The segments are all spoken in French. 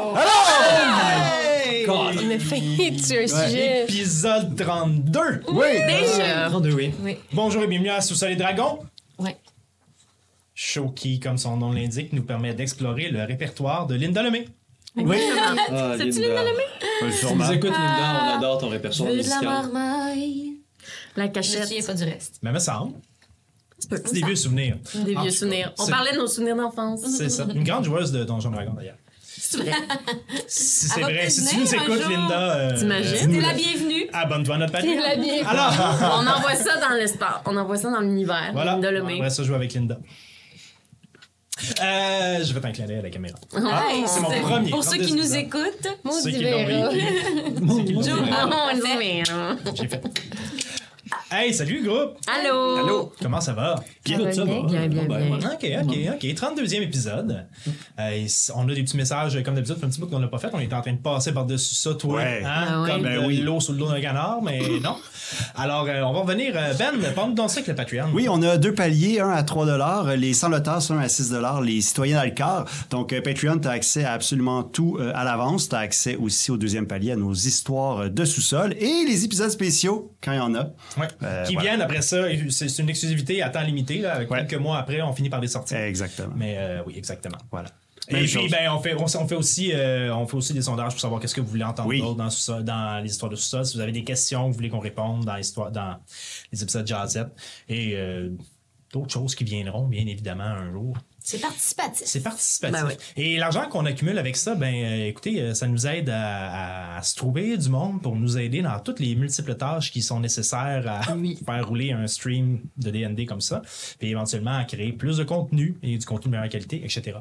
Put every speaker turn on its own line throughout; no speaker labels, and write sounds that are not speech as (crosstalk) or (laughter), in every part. Oh,
a failli tuer un sujet.
Épisode 32.
Oui!
Déjà.
32, oui.
Oui.
Bonjour et bienvenue à Sous-sol et Dragons.
Ouais.
Show qui, comme son nom l'indique, nous permet d'explorer le répertoire de Linda Lemay.
Oui!
(laughs) Ah,
C'est-tu
Linda.
Oui,
Si vous
sûrement.
écoutez Linda, on adore ton répertoire
Veux de la
musical.
marmaille.
La
Je
cachette.
tiens pas du reste.
Mais me semble.
Tu peux.
C'est des vieux souvenirs.
Des
Ah,
vieux souvenirs. On
c'est-
parlait de nos souvenirs d'enfance.
C'est ça. Une grande joueuse de Donjons Dragons, d'ailleurs.
C'est vrai.
Si c'est
Elle va
vrai,
peut-être
si tu
venir
nous
un
écoutes,
jour.
Linda. euh,
T'imagines?
dis-nous
T'es
le.
la bienvenue.
Abonne-toi à notre
T'es
Patreon.
la bienvenue.
Alors,
On envoie ça dans l'espace. On envoie ça dans l'univers.
voilà.
Linda
On
Lemay.
va ça jouer avec Linda. Euh, je vais t'incliner à la caméra. Ah,
Nice.
c'est mon premier.
Pour ceux qui nous
écoutent.
écoutent,
Ceux
Maudit
qui l'ont
Vera.
(laughs)
vécu. Ceux qui l'ont
Joe,
vécu.
on dit mais, hein.
J'ai fait. Hey, salut groupe!
Allô?
Allô?
Comment ça va?
Oh. Ça va bien, bien, bien,
Ah,
Bon, ben,
bien.
voilà.
Ok, ok, ok. 32e épisode. Euh, et c- on a des petits messages, euh, comme d'habitude, fait un petit bout qu'on n'a pas fait. On est en train de passer par-dessus ça, toi.
Ouais.
hein,
Ah ouais.
Comme
Ben
de
oui.
l'eau sous le dos d'un canard, mais non. Alors, euh, on va revenir. euh, ben, parle-nous donc ça avec le Patreon.
Oui, on a deux paliers, un à 3 dollars, les sans l'otage, un à 6 dollars, les citoyens dans le quart. Donc, euh, Patreon, tu as accès à absolument tout euh, à l'avance. Tu as accès aussi au deuxième palier, à nos histoires euh, de sous-sol et les épisodes spéciaux, quand il y en a.
Ouais.
Euh,
qui
voilà.
viennent après ça. C'est c'est une exclusivité à temps limité. Là.
Ouais.
Quelques mois après, on finit par les sortir.
Exactement.
Mais euh, oui, exactement.
Voilà.
et
Même
puis,
chose.
ben, on fait, on, on fait aussi, euh, on fait aussi des sondages pour savoir qu'est-ce que vous voulez entendre
Oui.
d'autre dans, sous-sol- dans les histoires de sous-sol. Si vous avez des questions, que vous voulez qu'on réponde dans, l'histoire- dans les épisodes Jazzette. Et euh, d'autres choses qui viendront, bien évidemment, un jour.
C'est participatif.
C'est participatif.
Ben oui.
Et l'argent qu'on accumule avec ça, ben euh, écoutez, euh, ça nous aide à, à- à se trouver du monde pour nous aider dans toutes les multiples tâches qui sont nécessaires à (laughs) faire rouler un stream de D&D comme ça, puis éventuellement à créer plus de contenu et du contenu de meilleure qualité, etc.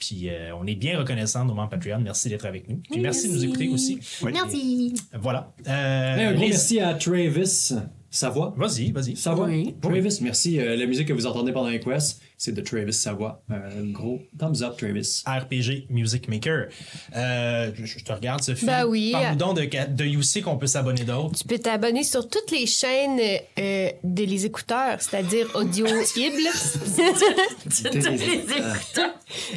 Puis euh, on est bien reconnaissant de nos membres Patreon. Merci d'être avec nous. Puis merci, de nous écouter aussi.
Oui.
Merci.
Voilà. Euh,
Hey, Ben, un gros
les-
merci à Travis. Savoie.
Vas-y, vas-y.
Savoie.
Oui.
Travis, merci. Euh, la musique que vous entendez pendant les quests, c'est de Travis Savoie. Un gros thumbs up, Travis.
RPG Music Maker. Euh, je, je te regarde, Sophie.
Ben oui.
Parle-nous donc de, de UC qu'on peut s'abonner d'autres.
Tu peux t'abonner sur toutes les chaînes euh, de les écouteurs, c'est-à-dire Audio (laughs) Hibble,
Tu te les écoutes.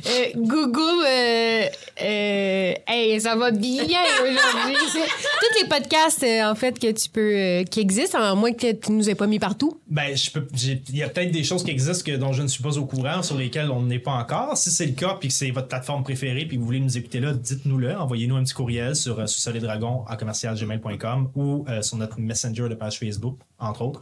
euh, Google. euh, euh, hey, ça va bien aujourd'hui. Tous les podcasts euh, en fait que tu peux, euh, qui existent, à moins que tu nous aies pas mis partout.
Ben, je peux. j'ai- Il y a peut-être des choses qui existent que, dont je ne suis pas au courant, sur lesquelles on n'est pas encore. Si c'est le cas, puis que c'est votre plateforme préférée, puis que vous voulez nous écouter là, dites-nous-le. Envoyez-nous un petit courriel sur euh, sous-soledragon à commercialgmail.com ou euh, sur notre messenger de page Facebook, entre autres.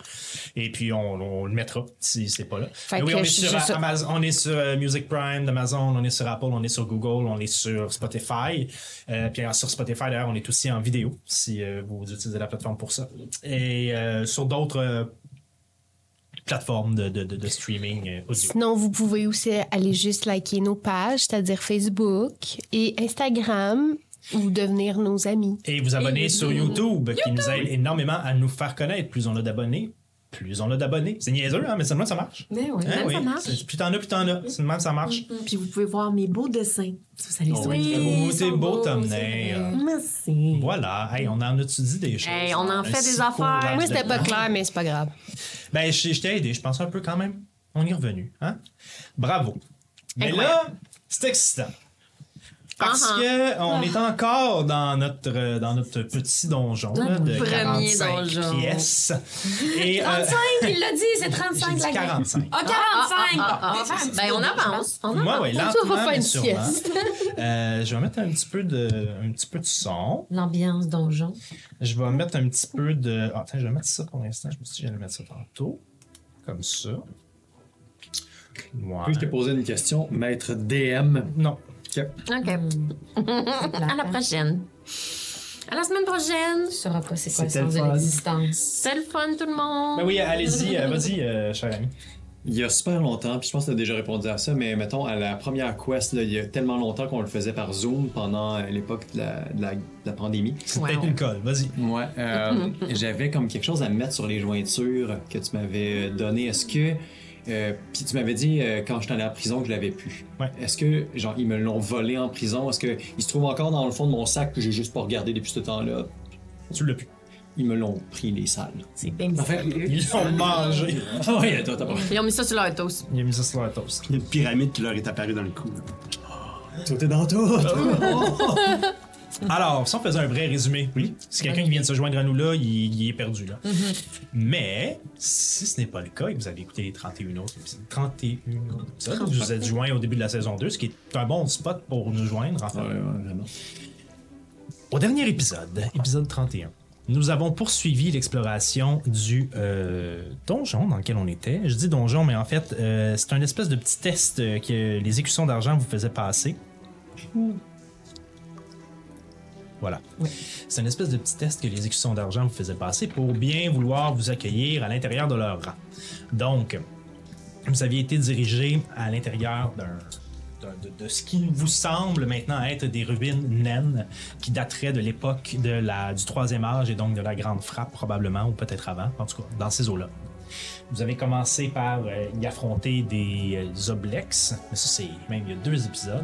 Et puis on, on le mettra si c'est pas là.
Fait
Mais oui,
que
on est
je-
sur
je- je-
Amazon, on est sur euh, Music Prime d'Amazon, on est sur Apple, on est sur Google, on est sur Spotify. Euh, puis alors, sur Spotify, d'ailleurs, on est aussi en vidéo si euh, vous utilisez la plateforme pour ça. Et euh, sur d'autres. euh, plateforme de, de, de, de streaming euh, audio.
Sinon, vous pouvez aussi aller juste liker nos pages, c'est-à-dire Facebook et Instagram, ou devenir nos amis.
Et vous abonner
Et-
sur YouTube, qui nous aide énormément à nous faire connaître. Plus on a d'abonnés, plus on a d'abonnés. C'est niaiseux, hein, mais seulement ça marche.
Mais Ben oui,
Hein,
même
oui.
ça marche. Mm-hmm.
C'est- Plus t'en as, plus t'en as. C'est de Même ça marche.
Puis vous pouvez voir mes beaux dessins. Ça, ça les
Oh,
souhaite.
oui,
Oui,
beau,
ils
t'es
sont
beau,
beaux,
thumbnail.
c'est vrai. Merci.
Voilà. Hey, on en a-tu dit des choses?
Hey, on en
Un
fait des
si
affaires.
court laps
Moi,
de
c'était pas
temps.
clair, mais c'est pas grave.
Ben, je, je t'ai aidé, je pense un peu quand même. On y est revenu. Hein? Bravo. Mais là, c'est excitant. Parce
Uh-huh.
que on est encore dans notre, euh, dans notre petit donjon
Notre
là, de
premier
45
donjon.
pièces. Et, euh,
35, il l'a dit, c'est
(laughs) j'ai
35
dit
la guerre.
45.
Ah, 45!
Ah,
Bon,
ah, ah,
on va faire un petit
ben,
peu
on
de-
avance. On avance.
Moi, oui,
va
lentement,
faire
mais
une
sûrement. Euh, je vais mettre un petit peu de, un petit peu de son.
L'ambiance donjon.
Je vais mettre un petit peu de. Ah, tiens, je vais mettre ça pour l'instant. Je me suis dit que j'allais mettre ça tantôt. Comme ça. Ouais.
Puis-je te poser une question, maître DM?
Non.
Ah OK. À la prochaine. À la semaine prochaine.
Tu sauras pas c'est quoi le
C'était le
sens de
fun.
l'existence.
C'est le fun, tout le monde.
Ben oui, allez-y, euh, vas-y, euh, cher ami.
Il y a super longtemps, puis je pense que tu as déjà répondu à ça, mais mettons, à la première quest, là, il y a tellement longtemps qu'on le faisait par Zoom pendant euh, l'époque de la, de la- de la pandémie.
C'est
Ouais,
peut-être
ouais.
une colle, vas-y.
Ouais, euh, j'avais comme quelque chose à mettre sur les jointures que tu m'avais donné. Est-ce que. euh, puis tu m'avais dit euh, quand j'étais allé en prison que je l'avais plus.
Ouais.
Est-ce que, genre, ils me l'ont volé en prison? Est-ce qu'il se trouve encore dans le fond de mon sac que j'ai juste pas regardé depuis ce temps-là?
Tu l'as pu.
Ils me l'ont pris, les salles.
C'est bien
Enfin,
Ils l'ont mangé.
ah (laughs) ouais, attends, attends.
Ils ont mis ça sur leur toast.
Il a mis ça sur la toast. Ben,
Il y a une pyramide qui leur est apparue dans le cou.
Sauter dans tout!
(laughs) Alors, si on faisait un vrai résumé, oui, si quelqu'un qui vient de se joindre à nous là, il, il est perdu là. Mais, si ce n'est pas le cas et que vous avez écouté les 31 autres épisodes, 31 autres épisodes, vous êtes joints au début de la saison 2, ce qui est un bon spot pour nous joindre, en fait.
Ouais, ouais, vraiment.
Au dernier épisode, épisode 31, nous avons poursuivi l'exploration du euh, donjon dans lequel on était. Je dis donjon, mais en fait, euh, c'est un espèce de petit test euh, que les écussons d'argent vous faisaient passer. Voilà. C'est une espèce de petit test que les écussons d'argent vous faisaient passer pour bien vouloir vous accueillir à l'intérieur de leur rang. Donc, vous aviez été dirigé à l'intérieur d'un- d'un- de, de ce qui vous semble maintenant être des ruines naines qui dateraient de l'époque de la- du Troisième Âge et donc de la Grande Frappe probablement, ou peut-être avant, en tout cas, dans ces eaux-là. Vous avez commencé par euh, y affronter des euh, oblex, mais ça c'est même il y a deux épisodes.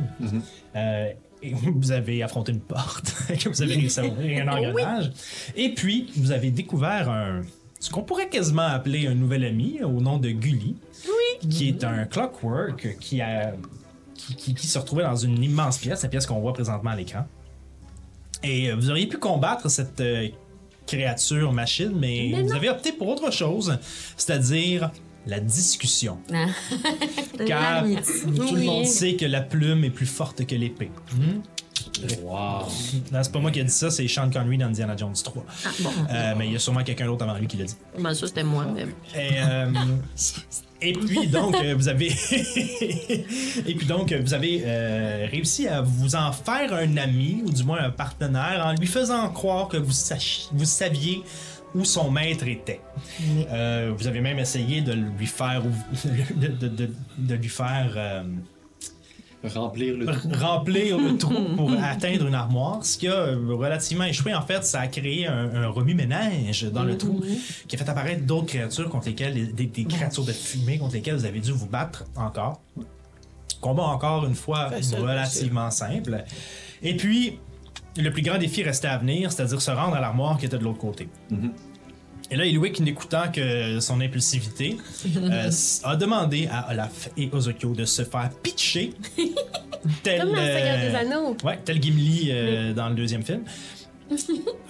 Euh, et (laughs) vous avez affronté une porte (laughs) que vous avez réussi à ouvrir, un engrenage. Et puis, vous avez découvert un, ce qu'on pourrait quasiment appeler un nouvel ami euh, au nom de Gully, qui est un clockwork qui, a, qui, qui- qui se retrouvait dans une immense pièce, la pièce qu'on voit présentement à l'écran. Et euh, vous auriez pu combattre cette euh, créature machine, mais, vous avez opté pour autre chose, c'est-à-dire la discussion.
hein?
Car
L'amitié.
tout le
Oui.
monde sait que la plume est plus forte que l'épée. Hmm?
Wow.
Non, c'est pas moi qui ai dit ça, c'est Sean Connery dans Indiana Jones 3. Euh, mais il y a sûrement quelqu'un d'autre avant lui qui l'a dit.
Ben, ça, c'était moi. mais-
Et, euh, et puis donc, euh, vous avez. (laughs) et puis donc, vous avez euh, réussi à vous en faire un ami, ou du moins un partenaire, en lui faisant croire que vous, sachi- vous saviez où son maître était. Euh, vous avez même essayé de lui faire. ouv- (laughs) de, de- de- de lui faire. euh,
Remplir le trou.
remplir le trou pour atteindre une armoire, ce qui a euh, relativement échoué. En fait, ça a créé un, un remue-ménage dans le trou qui a fait apparaître d'autres créatures contre lesquelles, des, des créatures de fumée contre lesquelles vous avez dû vous battre encore. Combat encore une fois relativement simple. Et puis, le plus grand défi restait à venir, c'est-à-dire se rendre à l'armoire qui était de l'autre côté. Et là, Ilwick, n'écoutant que son
(laughs)
impulsivité, euh, s- a demandé à Olaf et Ozokyo de se faire
(laughs)
pitcher. tel,
Comme dans
euh,
Seigneur des Anneaux.
Ouais, tel Gimli euh, dans le deuxième
(laughs)
film.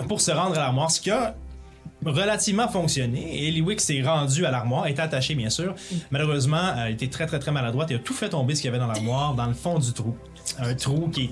pour se rendre à l'armoire, ce qui a relativement fonctionné. Et Eliwick s'est rendu à l'armoire, était attaché bien sûr. Malheureusement, euh, il était très très très maladroite et a tout fait tomber ce qu'il y avait dans l'armoire, dans le fond du trou. Un trou qui est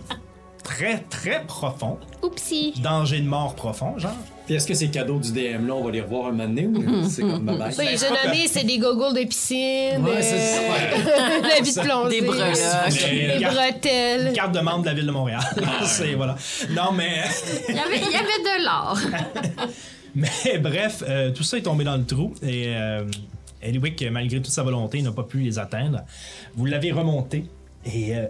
très très profond,
Oupsie.
danger de mort profond, genre.
Puis est-ce que ces cadeaux du DM là, on va les revoir un moment donné ou c'est comme bye bye?
Ça, les jeunes amis, c'est des gogoles de piscine,
Ouais, c'est ça.
euh, (laughs) la vie de plongée,
Des breloques.
des
Une carte-
bretelles.
une carte de membre de la ville de Montréal. (laughs) C'est voilà. Non mais
Il y avait, il y avait de
(laughs)
l'or.
Mais (laughs) bref, euh, tout ça est tombé dans le trou et euh, Eliwick, malgré toute sa volonté, n'a pas pu les atteindre. Vous l'avez remonté et euh,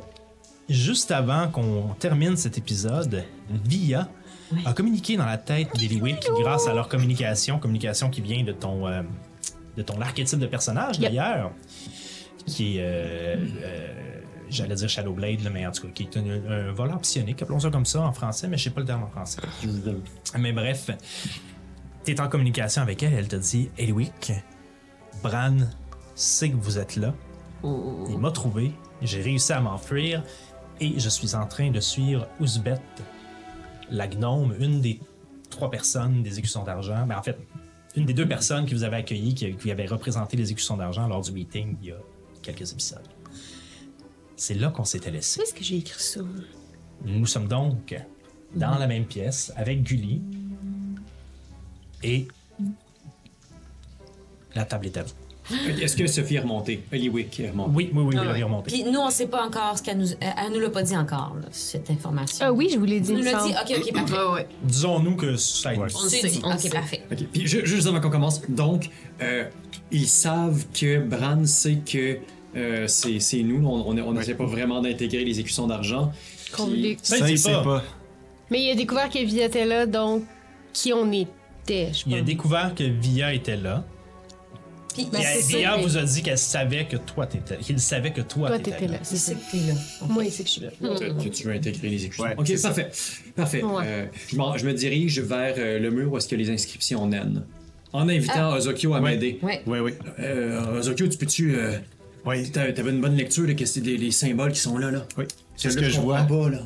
juste avant qu'on termine cet épisode, Via a communiqué dans la tête d'Eliwick grâce à leur communication, communication qui vient de ton, euh, de ton archétype de personnage
Yep.
d'ailleurs, qui est. euh, euh, J'allais dire Shadowblade, là, mais en tout cas, qui est un, un voleur psionique, appelons ça comme ça en français, mais je sais pas le terme en français. Mais bref, t'es en communication avec elle, elle te dit Elwick, Bran sait que vous êtes là. Il m'a trouvé, j'ai réussi à m'enfuir et je suis en train de suivre Ouzbeth, la gnome, une des trois personnes des écussons d'argent. Mais en fait, une
Mm-hmm.
des deux personnes qui vous avez accueilli, qui, qui avait représenté les écussons d'argent lors du meeting il y a quelques épisodes. C'est là qu'on s'était laissé.
Qu'est-ce que j'ai écrit ça? Mm-hmm.
Nous sommes donc dans la même pièce avec Gully et la table est à vous.
Est-ce que Sophie est remontée? Hollywick est remontée.
Oui, oui, oui, vous
Ah ouais.
l'avez remonté.
Puis nous, on sait pas encore ce qu'elle nous... Elle elle nous l'a pas dit encore, là, cette information.
Ah oui, je vous l'ai dit.
Elle nous
il
l'a
me
dit.
semble.
OK, OK, parfait.
Disons-nous que ça a été-
On le
C'est
sait.
dit, on
OK,
sait.
parfait.
Ok, puis ju- juste avant qu'on commence, donc, euh, ils savent que Bran sait que euh, c'est c'est nous, on on- on n'essaie pas vraiment d'intégrer les écussons d'argent.
Qu'on
Puis-
l'ait-
Ben, Ça, il sait pas.
Mais il a découvert que Via était là, donc qui on était, je
Il a
pense.
découvert que Via était là.
Puis
Ben,
il
Et
c'est ça,
Via
mais-
vous a dit qu'elle savait que toi t'étais, qu'il savait que toi,
Toi,
t'étais
t'étais
là.
là.
il sait que t'es là.
Moi, il sait que je suis là.
que tu veux intégrer les écussons.
Ouais,
ok, parfait. Parfait.
Ouais.
Euh, je, m'en- je me dirige vers euh, le mur où est-ce que les inscriptions naines. En invitant Ozokyo à m'aider.
Ouais.
Oui, oui.
Euh, Ozokyo, tu peux-tu. euh,
Oui.
t'a- T'avais une bonne lecture de qu'est-ce que c'est des les symboles qui sont là, là.
Oui. C'est ce
Celui-là,
que je vois.
comprends Pas, là.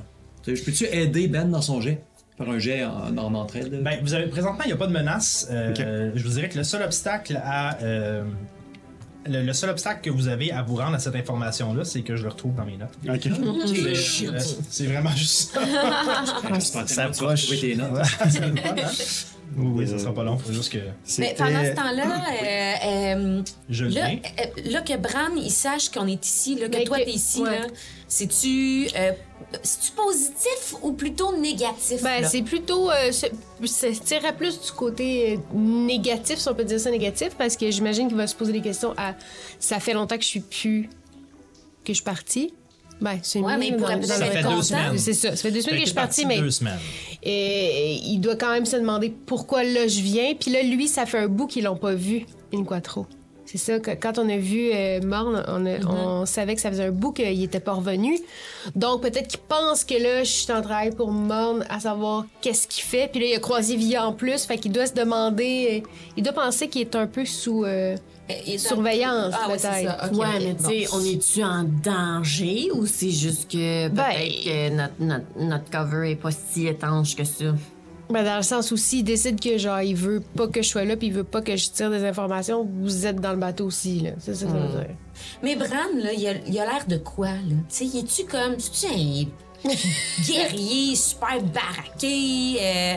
Tu sais, Je peux-tu aider Ben dans son jet? Faire un jet en, en entraide.
Ben, vous avez, présentement, il n'y a pas de menace. Euh, Je vous dirais que le seul obstacle à. euh, le, le seul obstacle que vous avez à vous rendre à cette information-là, c'est que je le retrouve dans mes notes.
Ok.
Euh, c'est vraiment juste ça.
J'espère
Ça
tellement que tu vas
approche.
trouver tes notes.
Oui, oui, ça sera pas long. Faut juste que
Mais
C'était-
pendant ce temps-là, euh, euh,
je le
là,
viens.
euh, là, que Bran, il sache qu'on est ici, là, que
Mais
toi,
que-
t'es ici,
ouais.
là, c'est-tu... euh, c'est-tu positif ou plutôt négatif?
Ben,
là?
c'est plutôt. euh, se- se tira plus du côté euh, négatif, si on peut dire ça négatif, parce que j'imagine qu'il va se poser des questions à. Ça fait longtemps que je suis plus. que je suis partie. Ben, c'est
Ouais,
mieux,
mais il pourrait
dans-
peut-être être
dans le-
Ça fait deux
content.
semaines.
C'est ça. Ça fait deux
T'as
semaines que je
été
suis partie, mais
deux semaines.
et il doit quand même se demander pourquoi là je viens. Puis là, lui, ça fait un bout qu'ils l'ont pas vu, Inquatro. C'est ça, que quand on a vu euh, Morne, on, a- on savait que ça faisait un bout qu'il était pas revenu. Donc peut-être qu'il pense que là, je suis en travail pour Morne à savoir qu'est-ce qu'il fait. Puis là, il a croisé Via en plus, fait qu'il doit se demander, euh, il doit penser qu'il est un peu sous euh,
Euh, il est un-
surveillance,
Ah, ouais, c'est
peut-être.
ça. Ok,
ouais,
ok,
mais
bon.
tu sais, on est-tu en danger ou c'est juste que peut-être que notre, notre, notre cover est pas si étanche que ça?
Ben, dans le sens où s'il décide que genre il veut pas que je sois là puis il veut pas que je tire des informations, vous êtes dans le bateau aussi là. C'est ça que ça veut dire.
Mais Bran, là, il a il a l'air de quoi, là? Tu sais, il est-tu comme. C'est-tu un
(laughs)
guerrier super baraqué? Euh,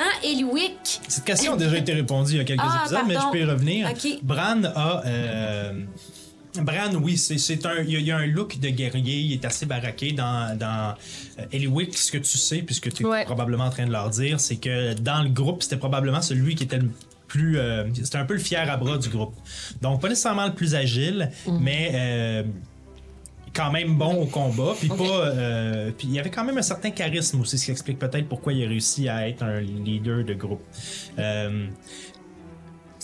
hein, Eliwick?
Cette question a déjà été répondue il y a quelques
Ah,
épisodes, mais je
pardon.
peux y revenir.
Ok.
Bran a. euh, Bran, oui, c'est- c'est un, il y a- il y a, un look de guerrier, il est assez baraqué dans, dans euh, Eliwick. Ce que tu sais, puisque tu es
Ouais.
probablement en train de leur dire, c'est que dans le groupe, c'était probablement celui qui était le plus. euh, c'était un peu le fier à bras du groupe. Donc, pas nécessairement le plus agile,
Mm.
mais. euh, quand même bon au combat, puis pas. euh, puis il y avait quand même un certain charisme aussi, ce qui explique peut-être pourquoi il a réussi à être un leader de groupe. Euh,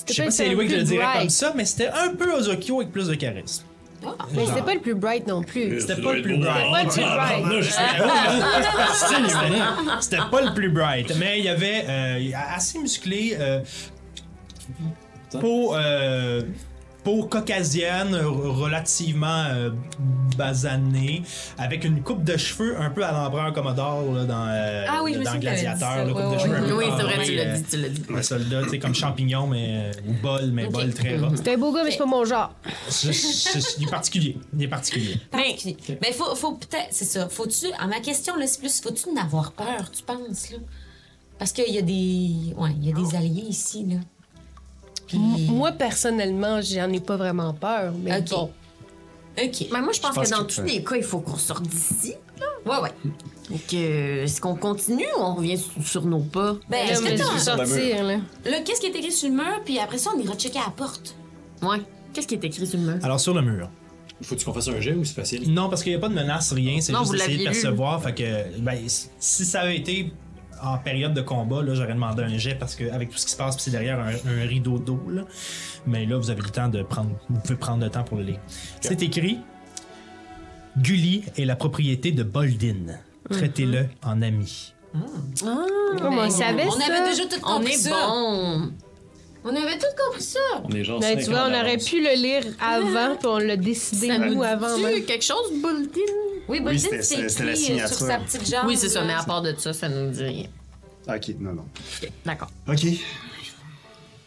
je sais pas si
le
Eliwick
plus
le dirait
bright.
comme ça, mais c'était un peu Ozokyo avec plus de charisme.
Mais c'était pas le plus bright non plus.
C'était pas le plus bright.
Pas le plus bright.
C'était pas le plus bright, mais il y avait euh, assez musclé. Euh, peau, euh, peau caucasienne, r- relativement euh, basanée, avec une coupe de cheveux un peu à l'empereur Commodore là, dans, euh,
Ah oui, je me
dans
souviens que t'avais dit
Gladiateur.
ça.
là, coupe
Ouais,
de
ouais,
cheveux un peu
Oui, c'est vrai,
carrée,
tu
euh,
l'as dit, tu l'as dit.
Un soldat, tu sais, comme champignon, mais. ou bol, mais
Ok.
bol
(laughs)
très rare.
C'était un beau gars, mais c'est pas mon genre.
C'est- c'est- c'est- Il est particulier. Il est particulier.
Mais, mais Ben, faut, faut peut-être. C'est ça. Faut-tu. À ma question, là, c'est plus. Faut-tu en avoir peur, tu penses, là? Parce qu'il y a des. Ouais, il y a des alliés ici, là. Puis.
Moi, ben, personnellement, j'en ai pas vraiment peur. Mais
ben, Ok.
bon.
OK.
Mais Ben, moi, je pense,
pense
que dans
que-
tous les cas, il faut qu'on sorte d'ici.
Ouais, ouais.
Et que, est-ce qu'on continue ou on revient sur, sur nos pas?
Ben,
Là,
est-ce
mais
que
je
t'as-
vais sortir, là.
Là, qu'est-ce qui est écrit sur le mur? Puis après ça, on ira checker à la porte.
Ouais. Qu'est-ce qui est écrit sur le mur?
Alors, sur le mur.
Faut-tu qu'on fasse un jet ou c'est facile?
Non, parce qu'il n'y a pas de menace, rien. C'est
Non,
juste
vous
essayer de
l'aviez lu.
percevoir. Fait que, ben, si- si ça avait été en période de combat, là, j'aurais demandé un jet parce qu'avec tout ce qui se passe, puis c'est derrière un, un rideau d'eau. là. Mais là, vous avez le temps de prendre. Vous pouvez prendre le temps pour le lire. C'est écrit Gulli est la propriété de
Mhm.
Boldin. Traitez-le en ami.
Comment Ben, on savait
On
ça?
avait déjà tout
On
compris
est
ça.
bon!
On avait tout compris ça.
On est genre
Ben,
cinq
tu vois,
ans
on aurait
d'avance.
pu le lire avant, puis on l'a décidé,
Ça nous
nous, avant.
dit-tu
même.
quelque chose, Bulletin?
Oui,
Oui,
Boldin,
c'était-
c'est
c'était la
écrit euh,
signature.
sur sa petite jambe.
Oui, c'est ça,
là.
mais à part de ça, ça nous dit rien.
Ok, non, non.
D'accord.
Ok.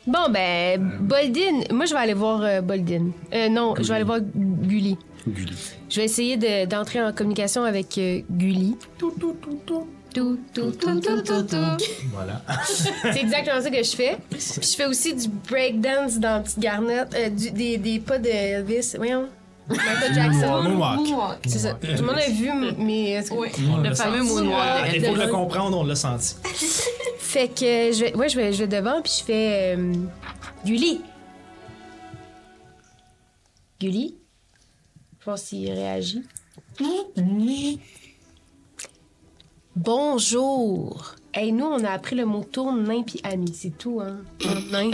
Bon, ben, Boldin. Moi, je vais aller voir euh, Boldin. Euh, non, je vais aller voir Gulli.
Gulli.
Je vais essayer de- d'entrer en communication avec euh, Gulli. Tout, tout, tout, tout, tout, tout.
Voilà.
C'est exactement ça que je fais. Puis je fais aussi du breakdance dans Petite Garnette, euh, du- des, des pas de Elvis. Voyons. Michael Jackson.
Moonwalk.
C'est ça. Tout le monde a vu m- mes.
On
Le
l'a
fameux
senti.
moonwalk.
À défaut de Ah, le comprendre, on l'a senti.
Fait que je vais, ouais, je vais, je vais devant, puis je fais. euh, Gulli. Gulli. Je pense s'il réagit. Bonjour. Hey, nous, on a appris le mot tourne-nain puis ami, c'est tout, hein? Tourne-nain.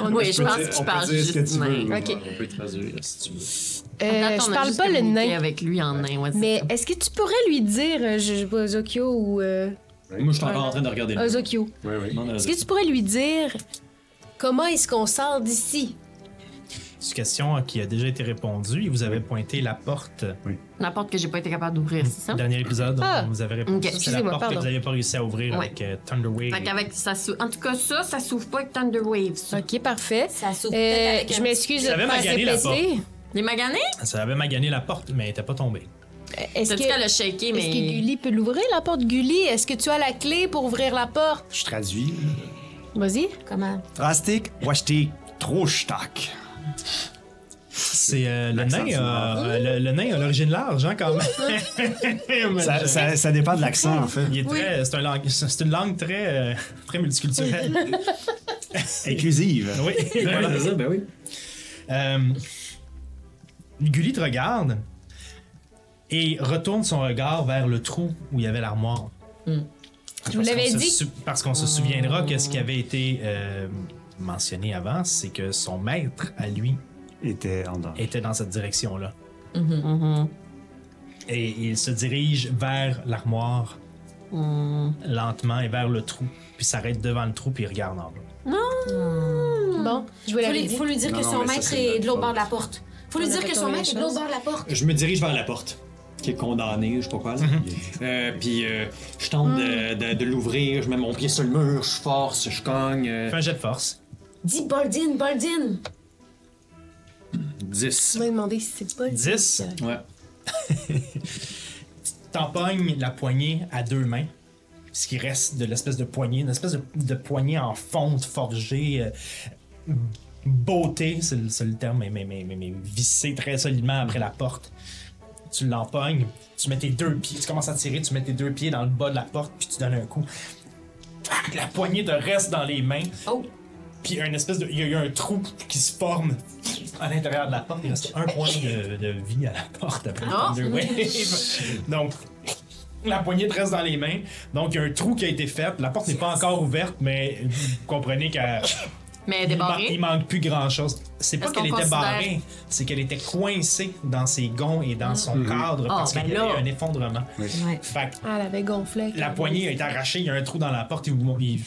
On-
Oui, je pense que tu
on peut
parles
dire ce que
Ah, juste
tu veux.
nain.
Ok.
On peut traduire là, si tu veux.
Euh,
Attends, on
je
a
parle
juste
pas le
communiqué
nain.
avec lui en nain, ouais, c'est
Mais est-ce que tu pourrais lui dire, euh, je je sais pas, Ozokyo ou euh,
Moi, je suis encore en train de regarder le
Ozokyo,
Non, non,
est-ce que tu pourrais lui dire comment est-ce qu'on sort d'ici?
C'est une question qui a déjà été répondue. Et vous avez pointé la porte.
La porte que j'ai pas été capable d'ouvrir, c'est ça?
Dernier épisode,
Ah.
on vous avez répondu.
Ok,
C'est la
excusez-moi,
porte que
pardon.
vous n'avez pas réussi à ouvrir
Ouais.
avec euh, Thunderwave.
Fait qu'avec, ça s'ou- en tout cas, ça, ça s'ouvre pas avec Thunder Wave, ça.
Ok, parfait.
Ça s'ouvre peut-être
Euh,
avec
je
un
m'excuse de
Tu
te
l'avais
faire
magané, la
répéter.
Les maganés?
Ça avait magané la porte, mais elle n'était pas tombée.
Est-ce
C'est
que,
qu'elle a
est
shaké, mais.
que Gulli peut l'ouvrir, la porte? Gulli, est-ce que tu as la clé pour ouvrir la porte?
Je traduis.
Vas-y.
petit- Comment?
Drastic, washtik, trochtak.
C'est euh, le,
L'accent
nain,
du
euh,
Nord.
le, le nain a l'origine large, hein, quand
(laughs)
même.
Ça, ça- ça dépend de l'accent, en fait.
Il est très- c'est, un langue- c'est une langue très, euh, très
(laughs)
multiculturelle.
Inclusive.
oui. voilà.
c'est ça, ben oui.
Euh, Gulli te regarde et retourne son regard vers le trou où il y avait l'armoire.
Je vous
Parce
l'avais
qu'on se
dit.
sou- parce qu'on se souviendra que ce qui avait été euh, mentionné avant, c'est que son maître, à lui,
Était en dedans.
était dans cette direction-là.
Mm-hmm.
Et il se dirige vers l'armoire lentement et vers le trou, puis s'arrête devant le trou puis il regarde en bas.
Bon, je vous
Hmm. Faut
l'avais
lui,
dit.
faut lui dire
Non,
que
non,
son
mais ça,
maître
c'est
est
notre
de l'autre
faute.
bord de la porte. Faut lui
On a
dire que son
retourné
maître
les
est de l'autre
choses.
bord de la porte.
Je me dirige vers la porte, qui est condamnée, je sais pas quoi. là. Euh, puis euh, je tente de, de- de l'ouvrir, je mets mon pied sur le mur, je force, je cogne. euh,
Fais un jet de force.
Dis Boldin, Boldin.
10.
Je vais demander si c'est pas...
10.
Ouais.
T'empoignes la poignée à deux mains. Ce qui reste de l'espèce de poignée, une espèce de, de poignée en fonte forgée, euh, beauté, c'est le, c'est le terme, mais, mais, mais, mais, mais vissée très solidement après la porte. Tu l'empognes, tu mets tes deux pieds, tu commences à tirer, tu mets tes deux pieds dans le bas de la porte, puis tu donnes un coup. Tac, La poignée te reste dans les mains.
Oh.
Puis un espèce de. Il y a eu un trou qui se forme à l'intérieur de la porte. Il reste un point de, de vie à la porte après
Ah!
Thunder Wave. Donc, la poignée te reste dans les mains. Donc, il y a un trou qui a été fait. La porte n'est pas encore ouverte, mais vous comprenez qu'elle.
Mais
Il, man- il
débarré.
manque plus grand chose. C'est pas
Est-ce
qu'elle
qu'on
était
considère-
barrée, c'est qu'elle était coincée dans ses gonds et dans son cadre parce
ben
qu'il y avait
là.
un effondrement.
Ouais.
Fait que
Ah, elle avait gonflé.
la poignée a été arrachée, il y a un trou dans la porte. Et vous, il-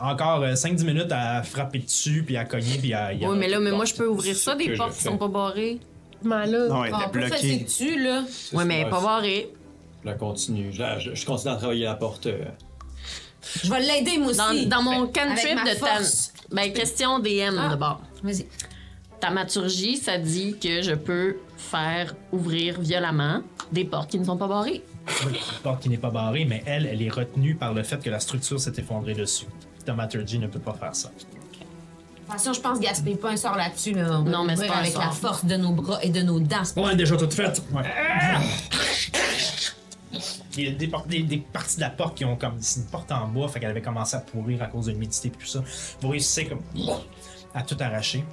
encore euh, 5-10 minutes à frapper dessus, puis à cogner, puis à. il y a-
Oui, mais là, mais moi, je peux ouvrir ça,
que
des
je
portes qui
fais.
sont pas barrées.
Mais là,
Non, elle
Bon,
était
on peut faire ses
bloquée.
dessus, là.
Oui, mais
Ouais,
pas
c'est-
barrées.
Je la continue. Je, la- je- je continue à travailler la porte. euh.
Je vais l'aider, moi
Dans,
aussi.
dans mon
Avec
cantrip
ma
de ta...
force.
Ben, question DM
Ah.
d'abord.
Vas-y.
Thaumaturgie, ça dit que je peux faire ouvrir violemment des portes qui ne sont pas barrées.
Oui, une porte qui n'est pas barrée, mais elle, elle est retenue par le fait que la structure s'est effondrée dessus. Thaumaturgy ne peut pas faire ça.
De toute façon, je pense gaspille pas un sort là-dessus. Là. On va
Non, mais c'est
l'ouvrir
pas un
Avec
sort.
la force de nos bras et de nos dents. C'est pas-
Ouais, déjà toute faite.
Il y a des, por- des- des parties de la porte qui ont comme. C'est une porte en bois, fait qu'elle avait commencé à pourrir à cause de l'humidité et tout ça. Vous réussissez comme. à tout arracher.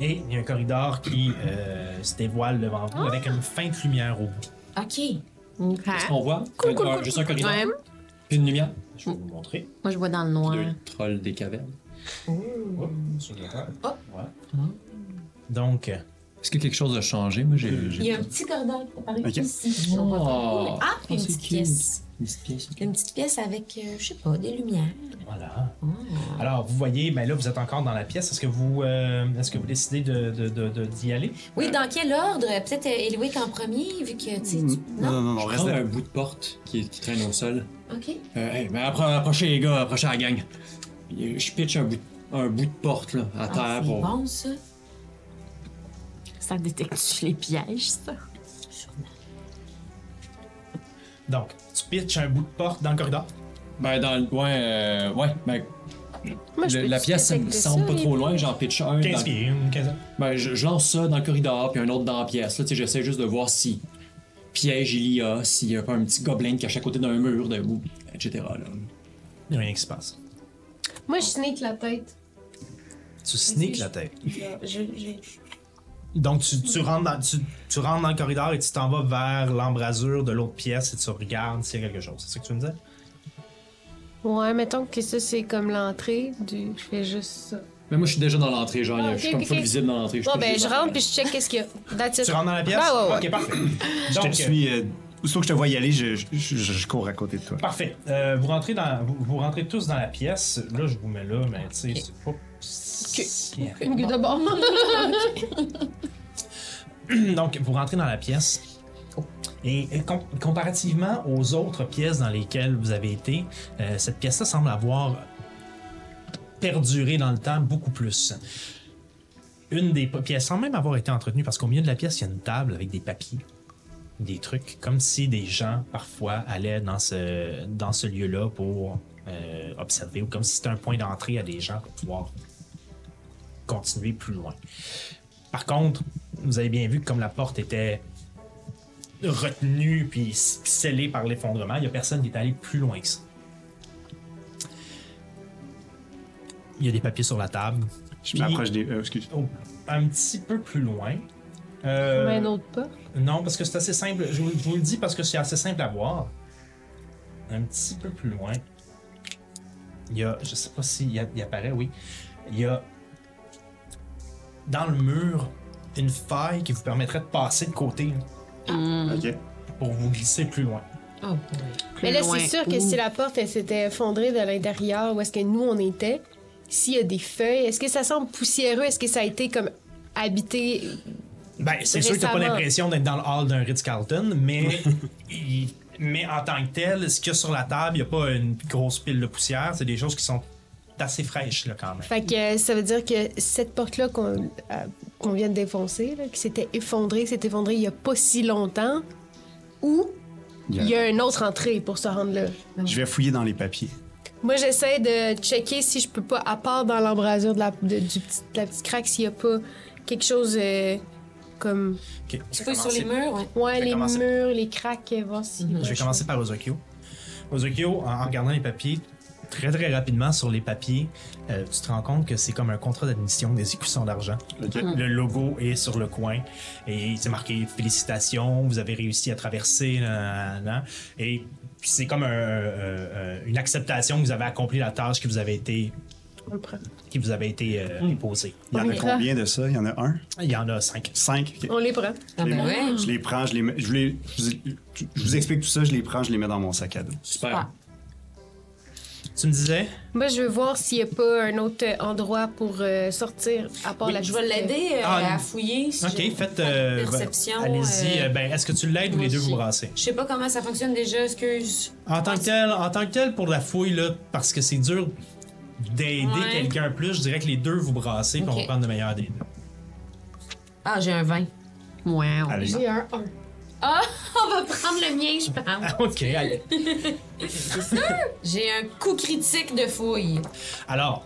Et il y a un corridor qui euh, se dévoile devant vous avec une feinte lumière au bout.
OK.
OK.
On voit un- un- juste un corridor,
Ouais.
puis une lumière.
Je vais vous montrer.
Moi, je vois dans le noir.
Le troll des cavernes.
Oups, sur le côté. Ouais. Donc, euh,
Est-ce que quelque chose a changé? Moi, j'ai. j'ai-
Il y a un petit cordon qui est apparu
Ok.
ici. On va pas trop, mais- Ah, puis une
c'est
petite
cute.
pièce.
Une petite pièce. ok.
Une petite pièce avec, euh, je sais pas, des lumières.
voilà. Alors, vous voyez, ben là, vous êtes encore dans la pièce. Est-ce que vous, euh, est-ce que vous décidez de- de- de- de- d'y aller?
Oui, dans quel ordre? Peut-être euh, Éloïc en premier, vu que, tu sais, tu-
Non, Ah,
Non?
non, non, on
Je
reste
prends
là.
un bout de porte qui, qui traîne au sol.
OK.
Euh, hey, mais appro- approchez les gars, approchez la gang. Puis, euh, Je pitch un bout, de- un bout de porte là, à
Ah,
terre
c'est
pour.
bon, ça.
Ça détecte les pièges, ça?
Donc, tu pitches un bout de porte dans le corridor.
Ben dans le. Ouais, euh, ouais, ben.
Moi, je
le-
peux
la
te
pièce elle me
détecter
semble
ça,
pas
les
trop loin, j'en pitch un.
15
dans-
pieds, une quinzaine.
Ben, je, je lance ça dans le corridor, puis un autre dans la pièce. Là, tu sais, j'essaie juste de voir si piège il y a, s'il y a pas un petit gobelin caché à côté d'un mur, de, ou, etc. Là.
Il n'y a rien qui se passe.
Moi, je sneak la tête.
Tu sneaks la tête.
Je, je-
Donc, tu, tu rentres dans, tu, tu rentres dans le corridor et tu t'en vas vers l'embrasure de l'autre pièce et tu regardes s'il y a quelque chose. C'est ça que tu me disais?
Ouais, mettons que ça, c'est comme l'entrée du... Je fais juste ça.
Mais moi, je suis déjà dans l'entrée, genre,
Ah,
je
ok,
suis comme
ok,
full
ok.
visible dans l'entrée.
Bon,
pas
ben,
obligé
je
de faire
rentre puis je check qu'est-ce qu'il y a. That's it.
Tu rentres dans la pièce?
Ben, ouais, ouais.
Ok, parfait.
Je te
Donc, euh,
suis. euh, aussitôt que je te vois y aller, je, je- je- je cours à côté de toi.
parfait. Euh, vous, rentrez dans, vous, vous rentrez tous dans la pièce. Là, je vous mets là, mais tu sais, c'est pas Sixième.
D'abord.
Donc, vous rentrez dans la pièce. Et et com- comparativement aux autres pièces dans lesquelles vous avez été, euh, cette pièce-là semble avoir perduré dans le temps beaucoup plus. Une des pi- pièces, sans même avoir été entretenue, parce qu'au milieu de la pièce, il y a une table avec des papiers, des trucs, comme si des gens, parfois, allaient dans ce, dans ce lieu-là pour euh, observer, ou comme si c'était un point d'entrée à des gens pour pouvoir continuer plus loin. Par contre, vous avez bien vu que comme la porte était retenue puis s- scellée par l'effondrement, il n'y a personne qui est allé plus loin que ça. Il y a des papiers sur la table.
Je m'approche des. euh, excuse.
Oh, un petit peu plus loin. Euh,
Mais un autre pas.
non, parce que c'est assez simple. Je vous, je vous le dis parce que c'est assez simple à voir. Un petit peu plus loin. Il y a. Je sais pas s'il y a- il apparaît, oui. Il y a. Dans le mur, une faille qui vous permettrait de passer de côté là,
Mm.
Ok.
pour vous glisser plus loin.
Oh,
Mais là,
loin.
c'est sûr que
Ouh.
si la porte elle s'était effondrée de l'intérieur, où est-ce que nous on était, s'il y a des feuilles, est-ce que ça semble poussiéreux? Est-ce que ça a été comme habité?
Ben, c'est sûr que t'as pas
Récemment.
l'impression d'être dans le hall d'un Ritz-Carlton, mais, (laughs) il- mais en tant que tel, ce qu'il y a sur la table, il n'y a pas une grosse pile de poussière. C'est des choses qui sont assez fraîches, là, quand même.
Fait que euh, ça veut dire que cette porte-là qu'on euh, qu'on vient de défoncer, là, qui s'était effondrée, s'est effondrée il y a pas si longtemps, ou il y a une autre entrée pour se rendre là.
Je vais fouiller dans les papiers.
Moi, j'essaie de checker si je peux pas, à part dans l'embrasure de la, de, du petit- de la petite craque, s'il y a pas quelque chose euh, comme.
Ok, on
Tu
va
fouilles sur
commencer.
les murs, ouais.
Ouais,
vais
les
commencer.
murs, les craques, euh, voir si.
Mhm.
Je vais commencer par Ozokyo. Ozokyo, en en regardant les papiers, très très rapidement sur les papiers, euh, tu te rends compte que c'est comme un contrat d'admission des écussons d'argent.
Mm.
Le logo est sur le coin et c'est marqué félicitations, vous avez réussi à traverser. nan, nan, nan. Et c'est comme un, euh, euh, une acceptation que vous avez accompli la tâche qui vous avait été qui vous avait été
Hmm.
euh, imposée.
Il y en a
Omicron.
combien de ça Il y en a un
Il y en a cinq.
Cinq Ok.
On les prend.
Ah, ben ouais.
Je les prends, je les mets. Je, vous les- je vous- je vous explique tout ça, je les prends, je les mets dans mon sac à dos.
Ah.
Super.
Tu me disais
Moi, Ben, je veux voir s'il n'y a pas un autre endroit pour euh, sortir, à part la
Je vais
petite-
l'aider euh,
Ah,
à fouiller. si
Ok,
j'ai-
faites. euh,
Perception,
Allez-y.
euh,
euh, ben, Est-ce que tu l'aides ou les
moi
deux vous
aussi.
brassez
Je sais pas comment ça fonctionne déjà, excuse.
En tant que tel, en tant que tel pour la fouille là, parce que c'est dur d'aider
Ouais.
quelqu'un plus, je dirais que les deux vous brassez puis on va
Ok.
prendre le meilleur des deux.
Ah, j'ai un (laughs) vin.
Ouais, on-
Allez.
J'ai un 1.
Ah, on va prendre le mien, je pense.
Ah,
(laughs) Ok, allez.
J'ai un coup critique de fouille.
Alors,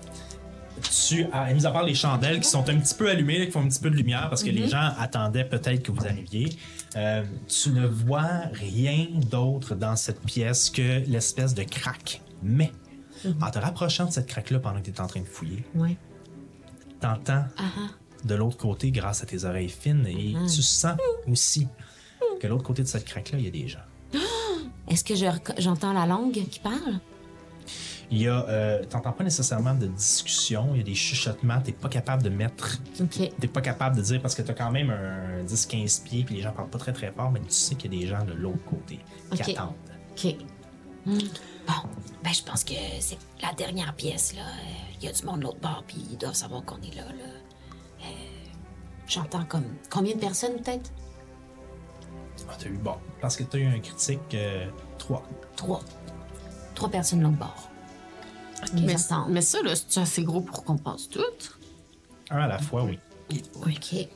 tu as, mis à part les chandelles qui sont un petit peu allumées, là, qui font un petit peu de lumière parce que
Mhm.
les gens attendaient peut-être que vous arriviez, euh, tu ne vois rien d'autre dans cette pièce que l'espèce de craque. Mais,
Mhm.
en te rapprochant de cette craque-là pendant que tu es en train de fouiller,
Ouais.
t'entends de l'autre côté grâce à tes oreilles fines et tu sens aussi que l'autre côté de cette craque-là, il y a des gens.
Est-ce que je reco- j'entends la langue qui parle?
Il y a, euh, t'entends pas nécessairement de discussion, il y a des chuchotements, t'es pas capable de mettre,
Ok.
t'es pas capable de dire parce que t'as quand même un 10-15 pieds puis les gens parlent pas très très fort, mais tu sais qu'il y a des gens de l'autre côté qui
Ok.
attendent.
OK. Hmm. Bon, ben je pense que c'est la dernière pièce, là. Il y a du monde de l'autre bord, puis ils doivent savoir qu'on est là, là. Euh, J'entends comme... Combien de personnes, peut-être?
Ah, t'as eu bon, parce que t'as eu un critique euh, 3.
Trois. Trois personnes de l'autre bord. Ok,
mais,
j'entends.
mais ça, là, c'est assez gros pour qu'on passe toutes.
Un à la fois, oui.
OK.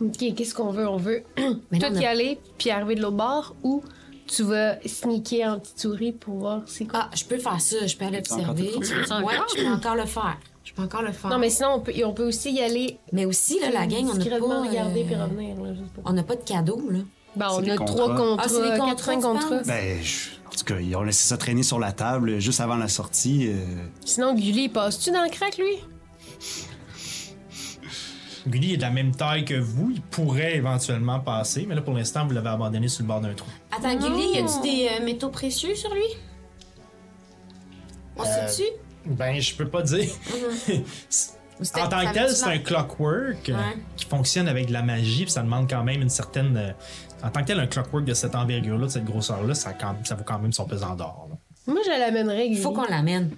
Ok, qu'est-ce qu'on veut? On veut
Mais
tout
non, on a-
y aller, puis arriver de l'autre bord, ou tu vas sneaker en petite souris pour voir c'est quoi.
Ah, je peux faire ça. Je peux aller
T'as encore
observer.
tes
Ouais,
trucs.
je peux encore le faire. Je peux encore le faire.
Non, mais sinon, on peut, on peut aussi y aller
Mais aussi, là, la gang, on n'a pas...
discrètement regarder
euh,
puis revenir. Là, je sais pas.
On n'a pas de cadeau, là.
Ben,
C'est
on
des
a trois
contrats.
contrats,
Ah, c'est des
quatre,
contrats,
cinq
tu
contrats.
penses?
Ben, je- en tout cas, ils ont laissé ça traîner sur la table euh, juste avant la sortie. euh,
Sinon, Gulli, il passe-tu dans le crack, lui?
Gulli est de la même taille que vous, il pourrait éventuellement passer, mais là pour l'instant, vous l'avez abandonné sur le bord d'un trou.
Attends, Gilly, y a-tu des euh, métaux précieux sur lui? On
Euh,
sait-tu?
Ben, je peux pas dire. (laughs)
Ou c'était-
En tant
ça
que tel,
avait-tu
c'est un
l'air-
clockwork euh,
Ouais.
qui fonctionne avec de la magie, puis ça demande quand même une certaine. euh, en tant que tel, un clockwork de cette envergure-là, de cette grosseur-là, ça, quand- ça vaut quand même son pesant d'or. là.
Moi, je l'amènerais, Gulli.
Il faut qu'on l'amène.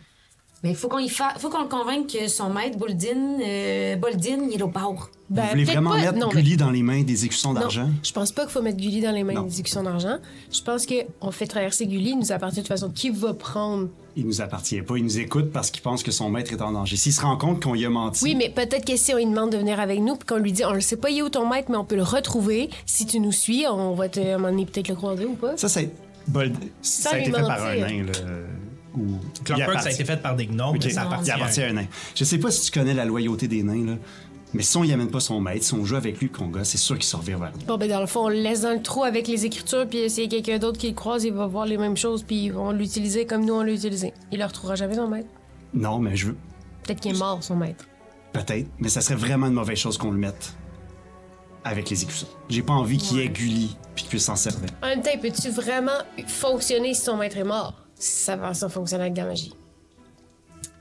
Mais il faut qu'on y fa- faut qu'on le convainque que son maître, Boldin, euh, Boldin, il est au bord.
Ben,
Vous voulez
peut-être
vraiment
pas-
mettre
non, mais-
Gulli dans les mains des écussons
Non,
d'argent?
je pense pas qu'il faut mettre Gulli dans les mains
Non.
des discussions d'argent. Je pense qu'on fait traverser Gulli, il nous appartient de toute façon. Qui va prendre
Il nous appartient pas. Il nous écoute parce qu'il pense que son maître est en danger. S'il se rend compte qu'on lui a menti,
Oui, mais peut-être que si on lui demande de venir avec nous, puis qu'on lui dit, on le sait pas, il est où ton maître, mais on peut le retrouver. Si tu nous suis, on va te à un moment donné, peut-être le croiser ou pas.
ça, c'est... Bold- Ça, a
lui
été fait par un
mentir.
nain, là. Ou... il
Clockwork, ça a
appartient-
été fait par des gnomes,
Ok,
mais ça appartient
il
à un-
appartient à un nain. Je sais pas si tu connais la loyauté des nains, là. Mais si on y amène pas son maître, si on joue avec lui, qu'on gosse, c'est sûr qu'il se revient vers nous.
Bon, ben dans le fond, on le laisse dans le trou avec les écritures, puis s'il y a quelqu'un d'autre qui le croise, il va voir les mêmes choses, puis ils vont l'utiliser comme nous on l'a utilisé. Il le retrouvera jamais, son maître.
Non, mais je veux...
Peut-être qu'il est mort, son maître.
Peut-être, mais ça serait vraiment une mauvaise chose qu'on le mette avec les écussons. J'ai pas envie qu'il ait Gulli puis qu'il puisse s'en servir.
En même temps, peux-tu vraiment fonctionner si ton maître est mort? Ça va sans fonctionner avec de la magie.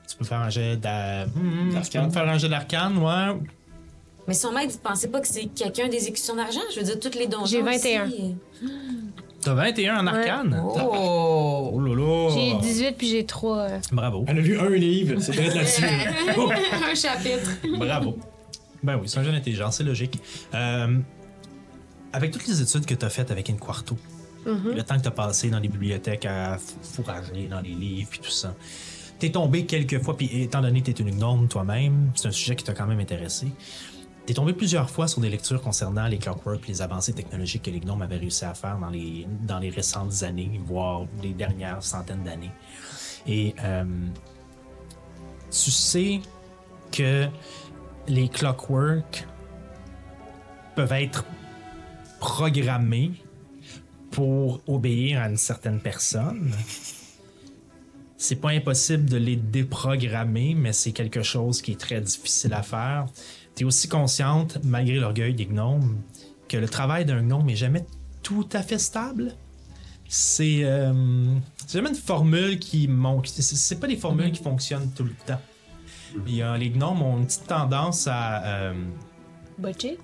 Tu peux faire un jet d'a- Hmm, tu peux
D'arcane.
me faire un jet d'arcane, ouais.
Mais son maître, vous pensez pas que c'est quelqu'un des écussons d'argent? Je veux dire, toutes les donjons.
J'ai 21.
aussi.
T'as 21 en arcane?
Oh!
Oh là là!
J'ai 18 puis j'ai 3. euh,
Bravo,
Elle a lu un livre, c'est peut-être là-dessus.
euh, (laughs)
Un chapitre.
bravo. Ben oui, c'est un jeune intelligent, c'est logique. Euh, avec toutes les études que t'as faites avec Inquarto, le temps que t'as passé dans les bibliothèques à f- fourrager dans les livres puis tout ça, t'es tombé quelques fois, puis étant donné que t'es une gnome toi-même, c'est un sujet qui t'a quand même intéressé, t'es tombé plusieurs fois sur des lectures concernant les clockwork puis les avancées technologiques que les gnomes avaient réussi à faire dans les, dans les récentes années, voire les dernières centaines d'années. Et euh, tu sais que les clockwork peuvent être programmés pour obéir à une certaine personne. C'est pas impossible de les déprogrammer, mais c'est quelque chose qui est très difficile à faire. Tu es aussi consciente, malgré l'orgueil des gnomes, que le travail d'un gnome est jamais tout à fait stable. C'est euh, c'est jamais une formule qui monte. C'est- C'est pas des formules qui fonctionnent tout le temps. Il y a- euh, les gnomes ont une petite tendance à. euh,
botchés.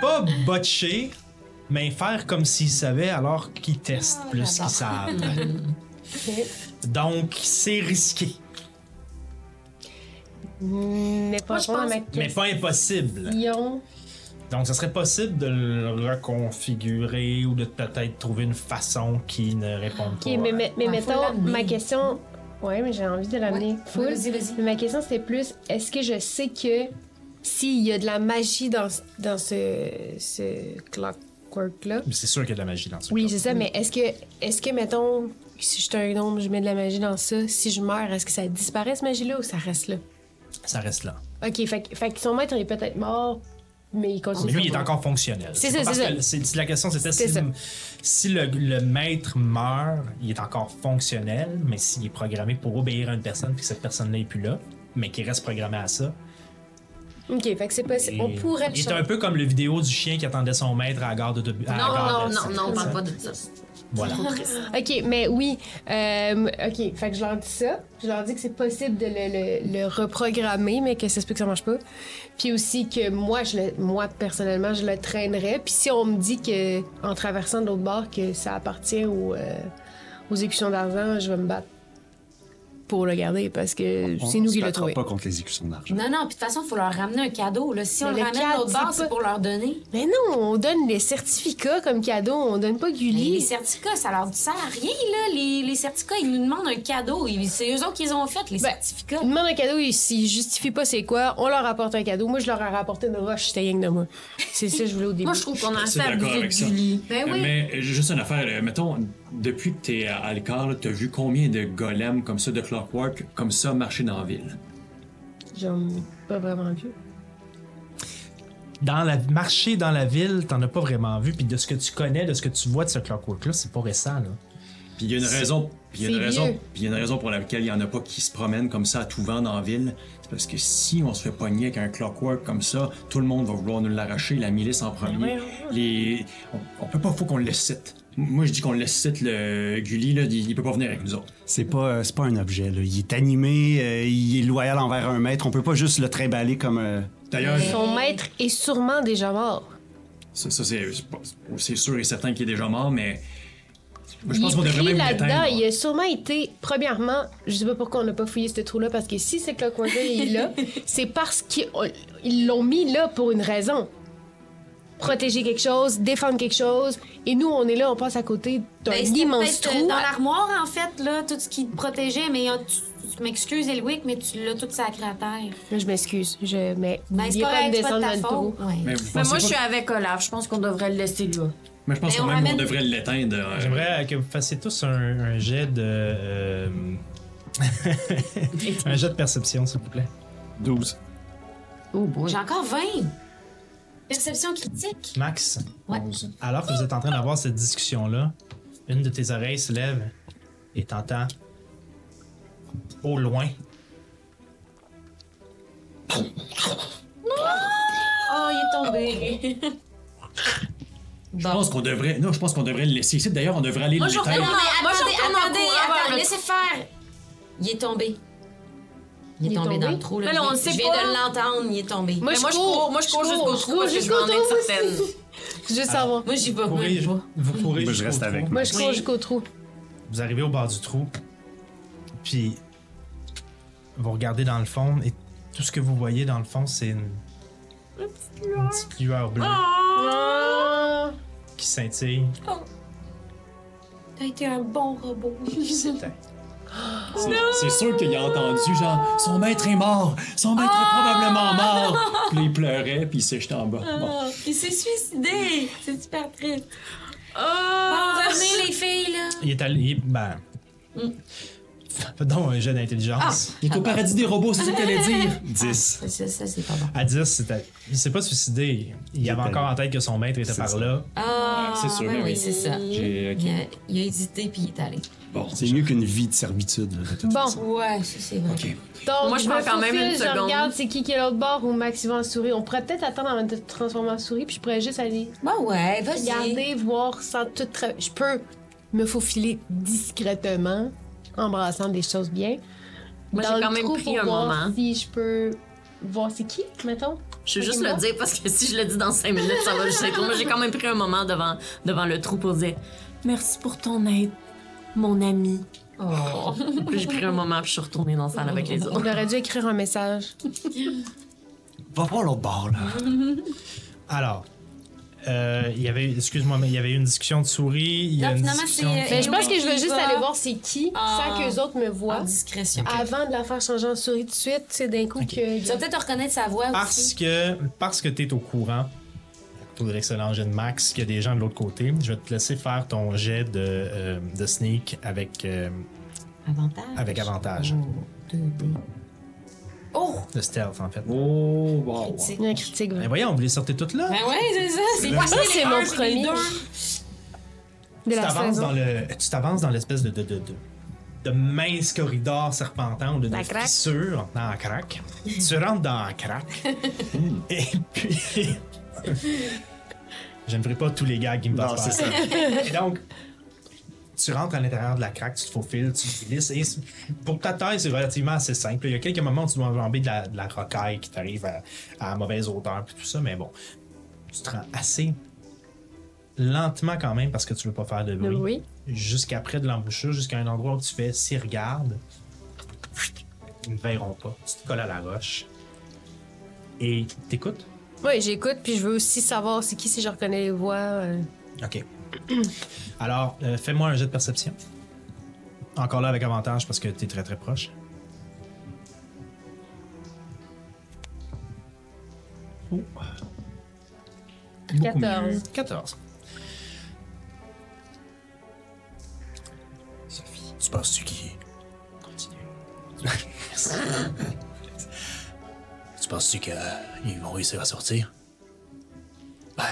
pas botcher, mais faire comme s'ils savaient alors qu'ils testent plus qu'ils
Ah,
savent.
(laughs)
Donc, c'est risqué,
Mais pas
Moi, je
vraiment
pense-
ma
mais pas impossible.
question.
Donc, ça serait possible de le reconfigurer ou de peut-être trouver une façon qui ne réponde pas.
Ok, mais, mais, mais
Ouais, faut
mettons,
l'amener.
ma question. Ouais, mais j'ai envie de l'amener full.
Vas-y, vas-y.
Mais ma question, c'était plus est-ce que je sais que s'il y a de la magie dans, ce- dans ce, ce clockwork-là
Mais C'est sûr qu'il y a de la magie dans ce
Oui,
cas.
c'est ça, mais est-ce que, est-ce que, mettons, si je suis un gnome, je mets de la magie dans ça, si je meurs, est-ce que ça disparaît, cette magie-là, ou ça reste là
Ça reste là.
Ok, fait, que- fait que son maître, il est peut-être mort, mais il continue.
Mais lui, il est
son-
encore fonctionnel.
C'est
pas
ça,
parce
c'est
que- c'est- La question, c'était
C'est
si,
ça.
si le, le maître meurt, il est encore fonctionnel, mais s'il est programmé pour obéir à une personne, puis que cette personne-là n'est plus là, mais qu'il reste programmé à ça.
Ok, fait que c'est possible. On
et-
pourrait le
Il est un
changer.
peu comme le vidéo du chien qui attendait son maître à la gare de... à la gare
Non, non,
de-
non, non, on parle pas de ça.
Voilà.
Ok, mais oui. euh, ok, fait que je leur dis ça. Je leur dis que c'est possible de le, le- le reprogrammer, mais que ça se peut que ça marche pas. Puis aussi que moi, je le- moi personnellement, je le traînerais. Puis si on me dit que en traversant de l'autre bord que ça appartient aux, euh, aux écussons d'argent, je vais me battre pour le garder parce que
On
c'est nous
se
qui le
battra
trouvé.
pas contre les écussons d'argent.
Non, non, puis de toute façon, il faut leur ramener un cadeau. Là. Si on le
Mais le
ramène
cadre,
à l'autre
c'est
bord, c'est
pas-
pour leur donner.
Mais non, on donne les certificats comme cadeau, on donne pas
Mais Les
Gulli.
certificats, ça leur sert à rien, là. Les, les certificats, ils nous demandent un cadeau. Ils- C'est eux autres qui les ont fait, les
Ben,
certificats.
Ils demandent un cadeau, ils- s'ils justifient pas c'est quoi, on leur apporte un cadeau. Moi, je leur ai rapporté une roche, c'était rien que de moi. C'est ça que je voulais au début.
Moi, je trouve qu'on a
suis
fait
d'accord
abuser de
avec ça.
Julie.
Ah
Ben oui.
Mais euh, juste une affaire, euh, mettons, depuis que t'es à Alcor, t'as vu combien de golems comme ça, de clockwork, comme ça, marcher dans la ville?
J'en ai pas vraiment vu.
Dans la, marcher dans la ville, t'en as pas vraiment vu, puis de ce que tu connais, de ce que tu vois de ce clockwork-là, c'est pas récent, là.
Puis il y a une raison. Puis il y a une
c'est
raison.
vieux.
Puis il y a une raison pour laquelle il y en a pas qui se promènent comme ça à tout vent dans la ville. C'est parce que si on se fait pogner avec un clockwork comme ça, tout le monde va vouloir nous l'arracher, la milice en premier. Les... On, on peut pas, faut qu'on le cite. M- Moi, je dis qu'on le cite, le Gulli, là, il, il peut pas venir avec nous autres.
C'est pas, euh, c'est pas un objet, là. Il est animé, euh, il est loyal envers un maître. On peut pas juste le trimballer comme... euh,
D'ailleurs,
Son maître est sûrement déjà mort.
Ça, ça, c'est, c'est pas- c'est sûr et certain qu'il est déjà mort, mais Je
il
pense qu'on
est
devrait
pris
même
là-dedans.
l'éteindre.
Il a sûrement été, premièrement, je sais pas pourquoi on n'a pas fouillé ce trou-là, parce que si c'est Clockworker
(laughs)
est là, c'est parce qu'ils ils l'ont mis là pour une raison. Protéger quelque chose, défendre quelque chose. Et nous, on est là, on passe à côté d'un
Ben, c'était
immense
peut-être, euh,
trou.
Dans l'armoire, en fait, là, tout ce qui te protégeait, mais euh, tu, tu m'excuses, Elwick, mais tu l'as tout sacré à terre.
Je m'excuse, je... mais
Ben, c'est
n'oubliez pas de
correct, c'est pas
descendre
de
dans
ta
le trou.
faute. Ouais.
Mais, vous
Mais
pensez
moi,
pas
je suis
que-
avec Olaf. Je pense qu'on devrait le laisser là.
mais je pense
Mais
qu'on
on
même
ramène-
on devrait l'éteindre. euh,
J'aimerais que vous fassiez tous un, un jet de. euh, (laughs) un jet de perception, s'il vous plaît.
12.
Oh boy.
J'ai encore 20. Perception critique.
Max,
Ouais.
alors que vous êtes en train d'avoir cette discussion-là, une de tes oreilles se lève et t'entends au loin.
Oh, il est tombé.
Je pense qu'on devrait. Non, je pense qu'on devrait le laisser ici. D'ailleurs, on devrait aller
Moi, je
non,
retourne
mais
l'éteindre.
Moi, je
attendez,
retourne en
attendez,
courant vers
attendez,
le
laissez faire. Il est tombé. Il est tombé dans le trou. Là.
Mais là, on
Je-
le sait
Je viens
pas.
de l'entendre, il est tombé.
Moi,
Mais moi, je cours. Moi, je cours jusqu'au trou parce que je m'en
jusqu'au
ai une
trou aussi.
certaine. Ah.
Juste avant.
Moi, j'y vais.
Vous
Moi,
courez,
j'y vais.
vous courez
Moi, je
jusqu'au
reste
trou.
avec
Moi, je cours
Oui.
jusqu'au trou.
Vous arrivez au bord du trou, puis vous regardez dans le fond et tout ce que vous voyez dans le fond, c'est une, une petite lueur bleue
Ah!
qui scintille.
T'as été un bon robot.
C'est- C'est sûr qu'il a entendu, genre, son maître est mort, son maître est probablement mort. Puis il pleurait, puis il s'est jeté en bas. Bon.
Ah, il s'est suicidé. C'est super triste. Oh!
Ah,
revenez, les filles, là.
Il est allé. il- Ben. Faites donc un jet d'intelligence.
Il est au paradis des robots, c'est ça qu'elle allait dire.
10.
Ça, ça, ça, c'est pas bon.
À 10, c'était- il s'est pas suicidé. Il avait
était-
encore en tête que son maître était
C'est
par
ça.
là.
Ah,
Ouais, c'est sûr,
ben
ben
oui,
oui.
c'est ça.
J'ai- ok.
Il, a, il a hésité, puis il est allé.
Bon,
C'est mieux qu'une vie de servitude. là, de toute
Bon,
façon.
Ouais, ça, c'est vrai.
ok.
donc
Moi, je prends
me
quand même
faufile,
une
je
seconde.
regarde c'est qui qui est l'autre bord ou Max y va en souris. On pourrait peut-être attendre avant de te transformer en souris, puis je pourrais juste aller
Bah ouais, vas-y.
regarder, voir sans tout. tra- Je peux me faufiler discrètement, embrassant des choses bien.
Moi, j'ai
Dans le
quand même
trou
pris
pour
un
voir
moment.
Si je peux voir c'est qui, mettons.
Je vais juste
Ok,
le
moi.
dire parce que si je le dis dans 5 minutes, ça va juste être long. Moi, j'ai quand même pris un moment devant, devant le trou pour dire Merci pour ton aide, mon ami.
Oh.
Puis j'ai pris un moment puis je suis retournée dans la salle avec
(laughs)
les
On
autres.
aurait dû écrire un message.
Va voir l'autre bord, là.
Alors. euh, il y avait, excuse-moi, mais il y avait eu une discussion de souris. Il y a
Non,
une
finalement,
discussion...
c'est, euh,
Mais je pense que je veux
Il
juste
va.
aller voir c'est qui,
Ah.
sans que les autres me
En
voient.
discrétion.
Avant de la faire changer en souris tout de suite, c'est d'un coup
Ok.
Tu vas
que.
peut-être reconnaître sa voix
Parce
aussi.
que, parce que t'es au courant, à cause de l'excellent jet de Max, qu'il y a des gens de l'autre côté, je vais te laisser faire ton jet de, euh, de sneak avec, euh,
Avantage.
avec avantage.
Oh!
De stealth, en fait.
Oh, wow.
Critique.
Il y a un critique.
Mais
vraiment.
voyons, vous les sortez toutes là.
Ben ouais, c'est ça. C'est
Ça,
pas ça,
c'est mon premier. De
tu
la
t'avances
saison.
dans le tu t'avances dans l'espèce de de, de, de de mince corridor serpentant ou de, de
craque.
fissure dans la craque. tu rentres dans la
(laughs)
craque. et puis. (laughs) Je ne ferai pas tous les gars qui me
Non,
passent par
c'est ça.
Et donc, tu rentres à l'intérieur de la craque, tu te faufiles, tu te glisses. Et c'est- pour ta taille, c'est relativement assez simple. Il y a quelques moments où tu dois enjamber de la, de la rocaille qui t'arrive à, à la mauvaise odeur puis tout ça, mais bon, tu te rends assez lentement quand même parce que tu veux pas faire de bruit.
bruit.
Jusqu'après de l'embouchure, jusqu'à un endroit où tu fais s'ils regardent, ils ne verront pas. Tu te colles à la roche et t'écoutes.
Oui, j'écoute, puis je veux aussi savoir c'est qui si je reconnais les voix. euh.
OK. Alors, euh, fais-moi un jet de perception. Encore là avec avantage parce que t'es très très proche. Oh.
14.
14. Tu penses qui Continue. tu penses-tu qu'ils vont réussir à sortir? Ben,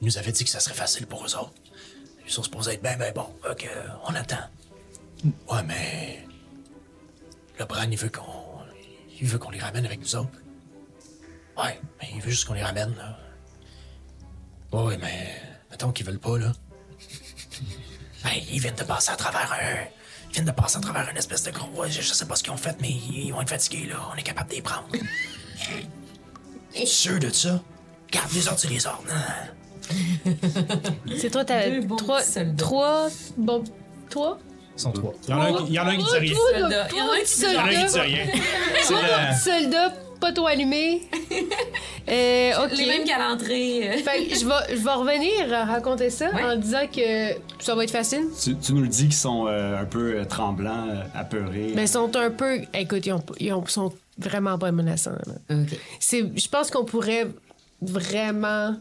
ils nous avaient dit que ça serait facile pour eux autres. Ils sont supposés être ben ben bon. Ok, on attend. Ouais, mais. Le Bran, il veut qu'on. Il veut qu'on les ramène avec nous autres. Ouais, mais il veut juste qu'on les ramène, là. Ouais, ouais, mais. Mettons qu'ils veulent pas, là. hey, Ben, ils viennent de passer à travers un. Ils viennent de passer à travers une espèce de gros. ouais, Je, je sais pas ce qu'ils ont fait, mais ils ils vont être fatigués, là. On est capable de les prendre. T'es sûr de ça? Garde les autres, tu les ordres.
C'est toi, t'as
Deux bons
trois,
petits soldats.
trois, bon, trois?
Ils sont trois. Il y en a un qui- il y en a un qui dit rien.
Trois,
Soldats. Il
trois,
y en a un
trois
qui dit
Il y en a un qui
soldats.
dit rien. C'est
Petit
le-
soldat, pas trop allumé. Euh, ok.
Les mêmes qu'à l'entrée. euh.
Fait que je vais, je vais revenir à raconter ça
Ouais.
en disant que ça va être facile.
Tu, tu nous le dis qu'ils sont euh, un peu euh, tremblants, euh, apeurés.
Mais ils sont un peu. Écoute, ils, ont- ils ont- sont vraiment pas menaçants. là.
Ok.
C'est, je pense qu'on pourrait vraiment.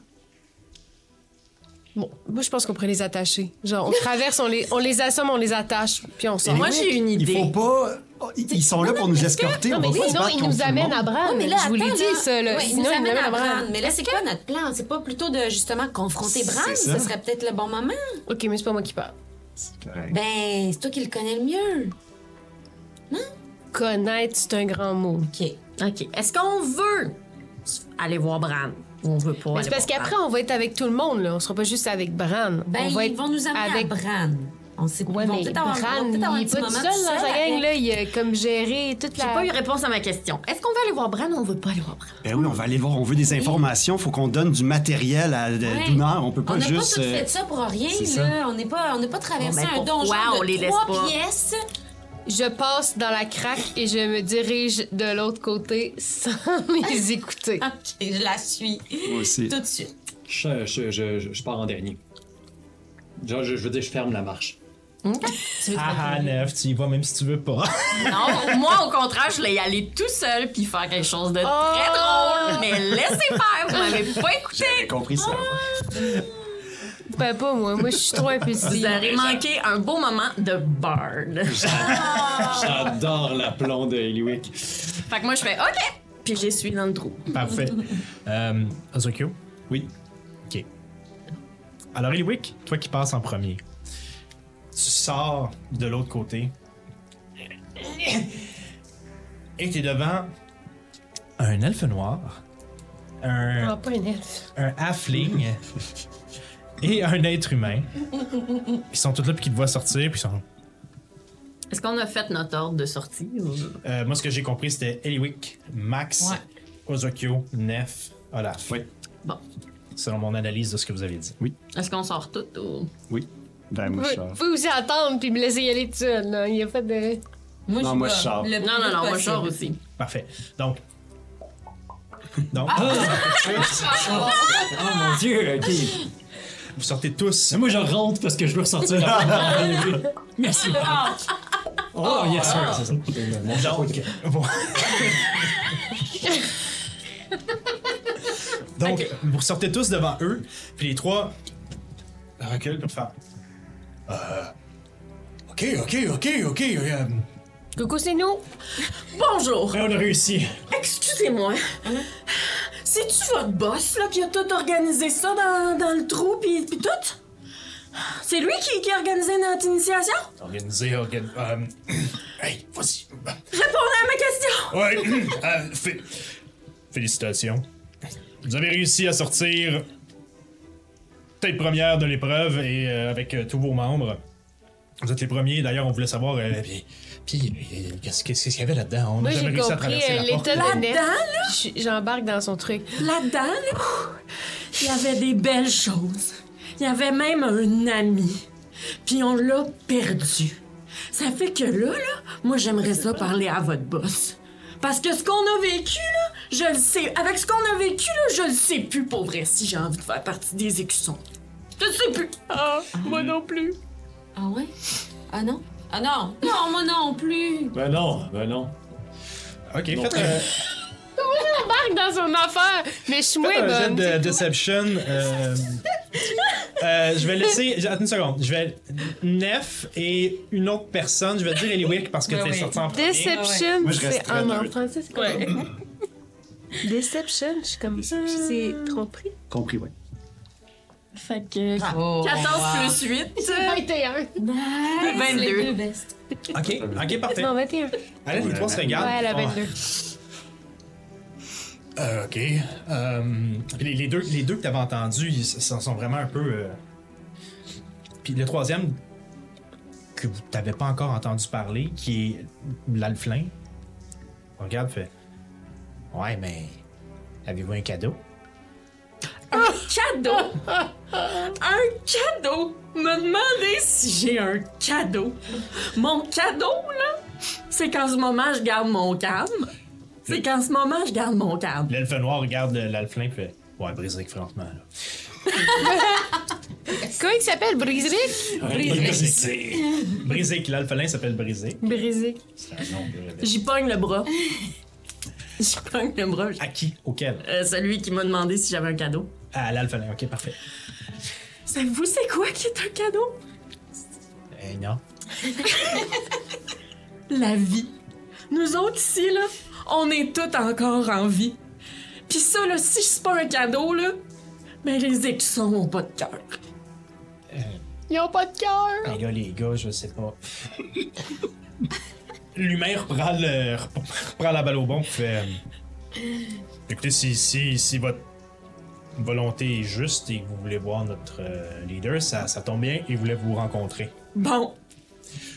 Bon, moi, je pense qu'on pourrait les attacher. Genre, on traverse, on les, on les assomme, on les attache, puis on sort.
Moi,
Anyway,
j'ai une idée.
Il faut pas. oh, Ils ils sont là pour nous escorter.
non,
on
mais
va pas se
sinon,
battre
ils
contre
nous
tout le
amènent
monde.
à Bran.
Non, mais là,
je vous l'ai
attends,
dit,
là.
ça. Là.
Ouais, il
sinon,
nous
ils nous
amène
amènent
à
à Bran.
Bran. Mais là, c'est quoi notre plan? C'est pas plutôt de justement confronter Bran?
C'est
Ce
ça.
serait peut-être le bon moment.
Ok, mais c'est pas moi qui parle.
Correct.
Ben, c'est toi qui le connais le mieux.
Connaître, c'est un grand mot.
OK.
OK. Est-ce qu'on veut aller voir Bran ou on veut pas
Mais
aller
c'est parce
voir Bran?
qu'après, on va être avec tout le monde. Là. On sera pas juste avec Bran.
ah. Ben,
on va
ils
être
vont nous amener
avec-
à Bran. On sait
Ouais,
ils vont
mais
peut-être
Bran,
avoir- ils vont peut-être avoir un
il est
petit
pas tout
moment
seul dans sa
avec-
gang. Là. Il a comme géré toute
J'ai
la...
pas eu réponse à ma question. Est-ce qu'on veut aller voir Bran ou on veut pas aller voir Bran?
Ben oui, on va aller le voir. On veut des informations. faut qu'on donne du matériel à
Ouais.
Dounard. On peut pas
On n'a pas
juste.
tout
euh,
fait ça pour rien,
c'est ça.
là. On n'est pas, on n'a pas traversé
Bon, ben,
un donjon
pourquoi
de
on les laisse
trois
pas?
pièces. (laughs)
Je passe dans la craque et je me dirige de l'autre côté sans (laughs) les écouter.
Ok, je la suis
moi aussi.
tout de suite.
Je, je- je- je- je pars en dernier. Genre, je, je veux dire, je ferme la marche.
Ah, ah, neuf, tu y vas même si tu veux pas.
(laughs) Non, moi, au contraire, je voulais y aller tout seul puis faire quelque chose de très drôle. Mais laissez faire, vous m'avez (laughs) pas écouté.
J'ai compris ça.
Ben pas moi, moi je suis trop
Vous
impulsive.
aurez manqué un beau moment de Bard. (laughs)
J'adore l'aplomb de Eliwick.
fait que moi, je fais OK. Puis j'essuie dans le trou.
Parfait. Euh, Ozokyo?
Oui.
OK. Alors, Eliwick, toi qui passes en premier, tu sors de l'autre côté et tu es devant un elfe noir, un,
Ah, pas un elfe.
un halfling et un être humain. Ils sont tous là puis qui te voient sortir. Puis ils sont...
Est-ce qu'on a fait notre ordre de sortie? ou-
Euh, moi, ce que j'ai compris, c'était Eliwick, Max, Ozokyo, Nef, Olaf.
Oui.
Bon.
Selon mon analyse de ce que vous avez dit.
Est-ce qu'on sort toutes ou.
Oui. Ben,
Vous
moi, je sors.
pouvez aussi attendre puis me laisser y aller tout seul. là. Il y a pas de.
Moi,
Non,
je
moi, je
vais.
sors.
Le plus
Non, non, non, moi, je
possible.
sors aussi.
Parfait. Donc. Donc,
Oh mon dieu, ok.
(laughs) vous sortez tous.
Mais Ah, moi, je rentre parce que je veux ressortir. Merci. Oh, yes, sir. c'est ça.
Ah! Donc, vous... Donc, vous sortez tous devant eux, puis les trois reculent pour faire. Euh... Ok, ok, ok, ok. euh,
Coucou, c'est nous!
Bonjour.
ouais, on a réussi.
Excusez-moi. C'est-tu votre boss là, qui a tout organisé ça dans, dans le trou puis puis tout? C'est lui qui, qui a organisé notre initiation?
Organisé, organ... euh, (coughs) Hey, vas-y.
Répondez à ma question!
Ouais, (clears throat) euh, fé- Félicitations. Vous avez réussi à sortir tête première de l'épreuve et euh, avec euh, tous vos membres. Vous êtes les premiers. D'ailleurs, on voulait savoir. euh, puis, puis, euh, qu'est-ce qu'est-ce qu'il y avait là-dedans? On n'a
Moi
jamais
j'ai
réussi à
compris
traverser
euh,
la porte.
l'état de
Là-dedans,
Nef. Je- J'embarque dans son truc.
Là-dedans, là, il y avait des belles choses. Il y avait même un ami. Puis on l'a perdu. Ça fait que là, là, moi j'aimerais ça parler à votre boss. Parce que ce qu'on a vécu, là, je le sais. Avec ce qu'on a vécu, là, je le sais plus pour vrai si j'ai envie de faire partie des écussons. Je le sais plus. Ah, moi non plus.
Ah ouais? Ah non? Ah non! Non, moi non plus!
Ben non, ben non.
Ok,
Non.
faites, euh,
J'embarque dans son affaire, mais je suis
faites
moins
un
bonne.
jet de Deception. euh, euh, je vais laisser. j- Attends une seconde. Je vais. Nef et une autre personne. Je vais dire Eliwick parce que
Ben
t'es
oui.
sorti en premier.
Deception,
Moi, je reste
c'est
très
en, en
neutre.
français, c'est quoi? (laughs) Deception, je suis comme ça, c'est tromperie.
Compris, oui.
Fait que.
Oh,
14
wow.
plus 8,
21.
Les
22.
deux bestes.
Ok, ok, parfait.
Non, 21. Ouais,
Allez, les trois se regardent.
elle a
puis font-
22.
Euh, ok. Euh, puis les, les deux, les deux que t'avais entendus, ils s- s'en sont vraiment un peu. euh, Puis le troisième que vous t'avez pas encore entendu parler, qui est l'alflin, on regarde fait. Ouais, mais avez-vous un cadeau
Cadeau! Un cadeau! Me demander si j'ai un cadeau. Mon cadeau, là, c'est qu'en ce moment, je garde mon calme. C'est qu'en ce moment, je garde mon calme.
L'elfe noir regarde le- l'alflin et fait Ouais, Briseric, franchement. là.
Comment il s'appelle, Briseric?
Briseric. Briseric, l'alphelin s'appelle Briseric.
Briseric.
C'est un nom de-
J'y pogne le bras. J'y pogne le bras.
À qui Auquel
Euh, celui qui m'a demandé si j'avais un cadeau.
À l'alphelin, ok, parfait.
Savez-vous c'est quoi qui est un cadeau?
Eh non.
La vie. Nous autres ici, là, on est tous encore en vie. Puis ça, là, si c'est pas un cadeau, là, ben les écussons ont pas de cœur.
Ils ont pas de cœur!
Ah Les gars, les gars, je sais pas. L'humain reprend, le- reprend la balle au bon et fait. euh, Écoutez, si, si, si votre volonté est juste et que vous voulez voir notre euh, leader, ça, ça tombe bien, il voulait vous rencontrer.
Bon,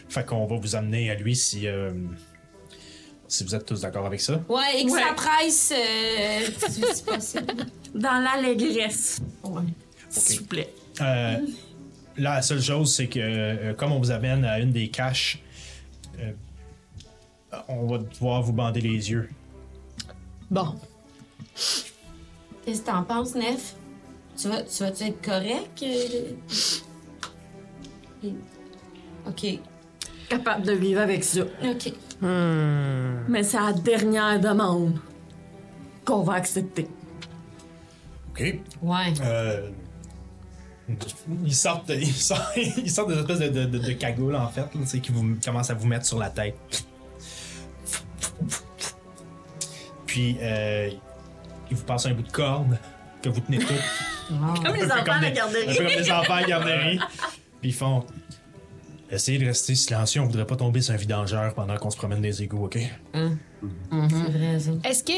Fait qu'on va vous amener à lui si, euh, si vous êtes tous d'accord avec ça.
Ouais, et que
Ouais.
ça presse, euh, si c'est possible.
dans l'allégresse. S'il vous plaît.
Euh, là, la seule chose, c'est que euh, comme on vous amène à une des caches, euh, on va devoir vous bander les yeux.
Bon.
Qu'est-ce que t'en penses, Nef? Tu vas- tu vas-tu être correct? euh? Ok,
Capable de vivre avec ça.
ok.
Mais c'est la dernière demande qu'on va accepter.
OK.
Ouais.
Euh, ils sortent, ils sortent, (laughs) ils sortent des espèces de, de, de- de cagoules, en fait, là, tu sais, qui vous, commencent à vous mettre sur la tête. Puis, euh, ils vous passent un bout de corde que vous tenez tout.
Comme les enfants à la garderie.
Un peu comme les enfants à la garderie. Puis ils font... Essayez de rester silencieux, on voudrait pas tomber sur un vidangeur pendant qu'on se promène des égouts, OK?
Est-ce que,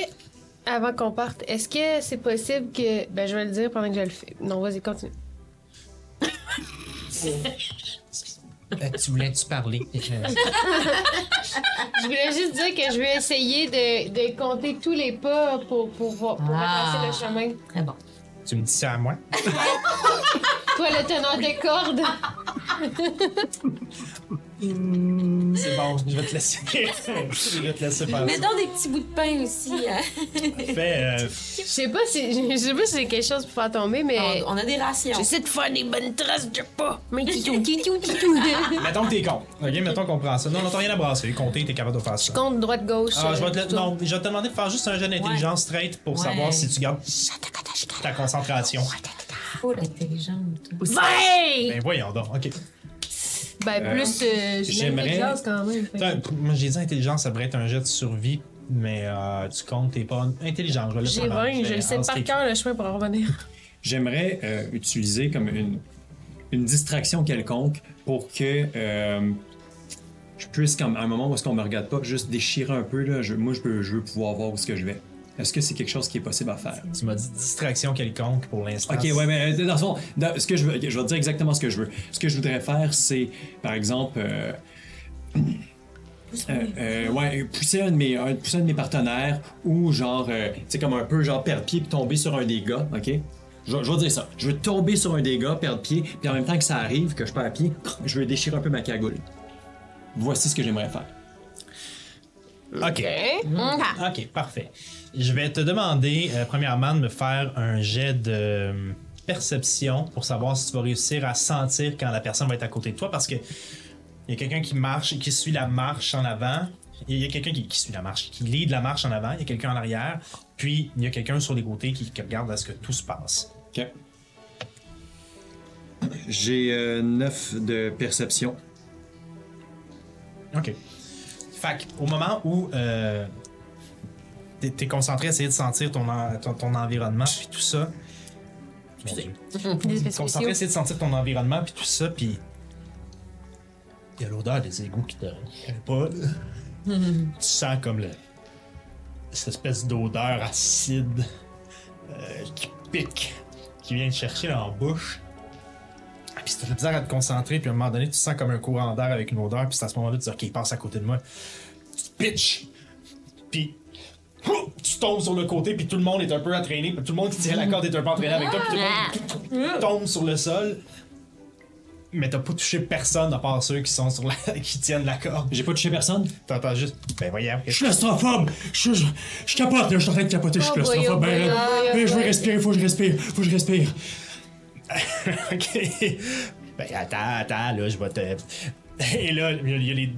avant qu'on parte, est-ce que c'est possible que. Ben, je vais le dire pendant que je le fais. Non, vas-y, continue.
Euh, tu voulais-tu parler?
Je voulais juste dire que je vais essayer de, de compter tous les pas pour, pour, voir- pour
Ah.
retracer le chemin.
Très bon.
(laughs) Tu me dis ça à moi?
Toi, le tenant des cordes.
Mm.
C'est bon, je vais te laisser. (laughs) je vais te laisser faire
Mets donc des petits bouts de pain aussi.
(laughs)
hein.
ça. Fais, euh,
Je sais pas si je sais pas si j'ai quelque chose pour faire tomber,
Ah,
mais.
On, on a des rations.
J'essaie de faire des bonnes traces de pas. Mais titou, titou,
Mettons que t'es con. Ok, mettons qu'on prend ça. Non, non, t'as rien à brasser. Compter, t'es capable de faire ça.
Compte droite gauche.
Ah, je, vais te,
euh,
la- non, je vais te demander de faire juste un jeu d'intelligence straight pour savoir si tu gardes ta concentration.
Faut l'intelligente. toi.
Ben voyons donc, ok.
Ben, plus. euh, j'ai
j'aimerais-
l'intelligence quand même. fait que-
Putain, p- Moi, j'ai dit intelligence, ça devrait être un jet de survie, mais euh, tu comptes, t'es pas intelligent. Je vais le
J'ai
prendre en
20, je
jet
le sais par
housekeeping.
cœur le chemin pour en revenir.
(laughs)
J'aimerais euh, utiliser comme une, une distraction quelconque pour que euh, je puisse, comme, à un moment où est-ce qu'on me regarde pas, juste déchirer un peu. Là, je- moi, je, peux, je veux pouvoir voir où est-ce que je vais. Est-ce que c'est quelque chose qui est possible à faire?
Tu m'as dit distraction quelconque pour l'instant.
Ok, ouais, mais euh, dans le fond, dans- ce que je veux, ok, je vais te dire exactement ce que je veux. Ce que je voudrais faire, c'est, par exemple, euh, euh, euh, ouais, pousser un de mes, un- pousser un de mes partenaires ou genre, euh, tu sais, comme un peu genre perdre pied puis tomber sur un des gars, ok? Je, vais- je vais dire ça. Je veux tomber sur un des gars, perdre pied, puis en même temps que ça arrive, que je perds pied, je veux déchirer un peu ma cagoule. Voici ce que j'aimerais faire.
Ok.
Mm. Ah.
Ok, parfait. Je vais te demander, euh, premièrement, de me faire un jet de euh, perception pour savoir si tu vas réussir à sentir quand la personne va être à côté de toi parce que il y a quelqu'un qui marche et qui suit la marche en avant. Il y a quelqu'un qui, qui suit la marche, qui lead la marche en avant. Il y a quelqu'un en arrière. Puis il y a quelqu'un sur les côtés qui, qui regarde à ce que tout se passe.
Ok. J'ai 9 de perception.
OK. Fait que, au moment où euh, t'es t'es concentré à essayer de sentir ton, en- ton, ton environnement, puis tout ça. Mon Dieu.
Des
concentré à essayer de sentir ton environnement, puis tout ça, puis. Il y a l'odeur des égouts qui te. pas, là. Tu sens comme le. Cette espèce d'odeur acide euh, qui pique, qui vient te chercher en bouche. Ah, Puis c'est de la misère à te concentrer, puis à un moment donné, tu sens comme un courant d'air avec une odeur, puis c'est à ce moment-là que tu dis, OK, il passe à côté de moi. Tu te pitches, puis. Ouh! Ouh! tu tombes sur le côté, puis tout le monde est un peu entraîné, puis tout le monde qui tirait la corde est un peu entraîné avec toi, puis tout le monde tombe sur le sol. Mais t'as pas touché personne à part ceux qui sont sur la... (laughs) qui tiennent la corde.
J'ai pas touché personne.
T'entends juste, ben voyons.
Je suis claustrophobe. Je, je, je capote, là. Je suis en train de capoter. Je suis
Oh boy,
claustrophobe.
oh boy,
Ben, là,
oh boy, oh
ben, je veux
boy.
respirer. Faut que je respire. Faut que je respire.
(laughs) ok. Ben attends, attends, là, je vais te. (laughs) Et là, il y a- il y a les-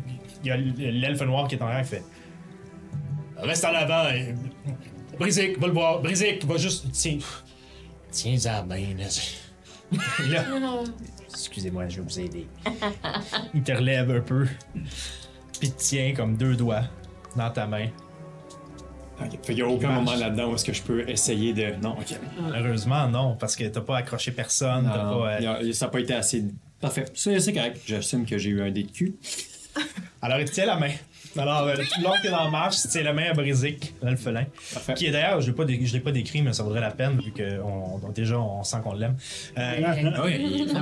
il y a l'elfe noir qui est en l'air qui fait. Reste en avant. et- Brisic, va le voir. Brisic, va juste. Tiens.
Tiens-en bien, là.
Là. (laughs)
Ah
Excusez-moi, je vais vous aider. Il te relève un peu. Puis te tient comme deux doigts dans ta main.
Ok. Fait qu'il y a aucun moment là-dedans où est-ce que je peux essayer de. Non, ok.
Heureusement, non, parce que t'as pas accroché personne. T'as
Non,
pas, euh,
il y a- ça n'a pas été assez. Parfait. C'est c'est correct. J'assume que j'ai eu un dé de cul.
Alors, il te tient la main. Alors, euh, tout le long que t'es en marche, c'est la main à Brisic, l'alphelin.
Parfait.
Qui est d'ailleurs, je ne l'ai pas décrit, mais ça vaudrait la peine, vu que on- on- déjà, on sent qu'on l'aime. Euh,
Ah oui.
Ah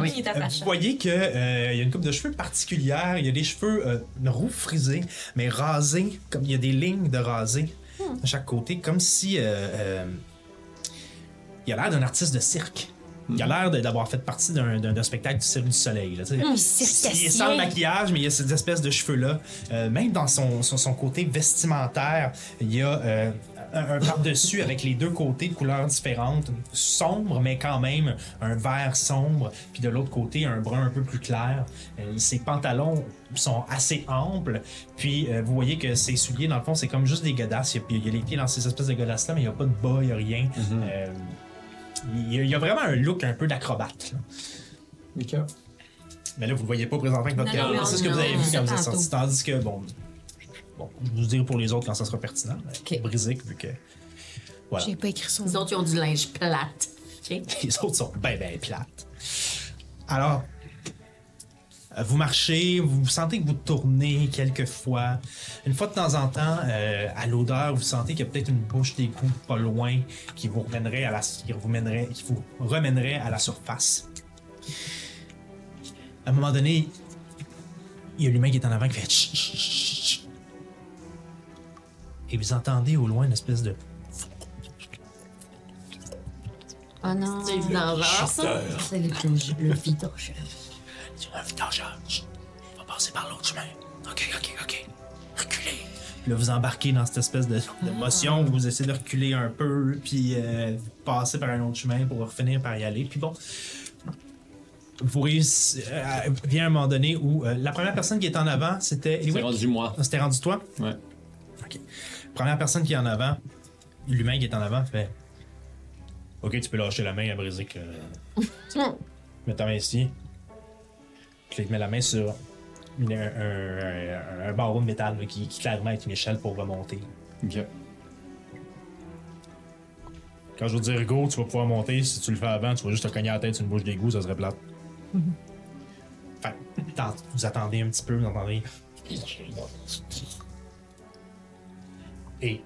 oui.
(laughs) Il est à
euh,
sa
vous
chatte.
voyez qu'il y a une coupe de cheveux particulière. Il y a des cheveux euh, roux frisés, mais rasés, comme il y a des lignes de rasés à chaque côté, comme si. euh, euh, il a l'air d'un artiste de cirque. Il a l'air de- d'avoir fait partie d'un d'un- d'un spectacle du Cirque du Soleil. là, tu sais. Il est sans maquillage, mais il y a cette espèce de cheveux-là. Euh, même dans son, son, son côté vestimentaire, il y a euh, un, un par-dessus avec les deux côtés de couleurs différentes. Sombre, mais quand même un vert sombre. Puis de l'autre côté, un brun un peu plus clair. Euh, ses pantalons sont assez amples. Puis euh, vous voyez que ses souliers, dans le fond, c'est comme juste des godasses. Il y a, il y a les pieds dans ces espèces de godasses-là, mais il n'y a pas de bas, il n'y a rien. Euh, il y a- il y a vraiment un look un peu d'acrobate. là.
Ok.
Mais là, vous le voyez pas présentement avec votre
Non, non,
caméra.
non,
C'est ce que
non,
vous avez
non,
vu quand vous
c'est
êtes
tantôt.
sorti. Tandis que, bon, bon, je vous dirai pour les autres quand ça sera pertinent. mais
Ok.
Brisic, vu que
J'ai pas écrit son
Les
nom.
autres, ils ont du linge plate. OK?
(laughs) les autres sont ben, ben plates. Alors, euh, vous marchez, vous sentez que vous tournez quelques fois. Une fois de temps en temps, euh, à l'odeur, vous sentez qu'il y a peut-être une bouche d'égout pas loin qui vous remènerait à la, qui vous mènerait- qui vous remènerait à la surface. À un moment donné, il y a l'humain qui est en avant qui fait Chut, chut, chut, chut. et vous entendez au loin une espèce de
Ah
Oh non.
C'est le danger, ça.
C'est le, le, le vidange.
C'est un vidangeur. Chut. On va passer par l'autre chemin. OK, OK, OK. Reculez. Ah. Là, vous embarquez dans cette espèce de, de motion où vous essayez de reculer un peu, puis euh, vous passez par un autre chemin pour finir par y aller. Puis bon, vous réussissez. euh, vient un moment donné où euh, la première personne qui est en avant, c'était.
C'est rendu moi.
C'était rendu toi?
Ouais.
OK. Première personne qui est en avant, l'humain qui est en avant fait OK, tu peux lâcher la main à Brisic. euh. mets ta main ici. Puis il met la main sur une- un, un- un- un barreau de métal là, qui, qui clairement est une échelle pour remonter.
Ok.
Quand je veux dire go, tu vas pouvoir monter. Si tu le fais avant, tu vas juste te cogner la tête sur une bouche d'égout, ça serait plate. Fait que t'en- vous attendez un petit peu, vous entendez. Et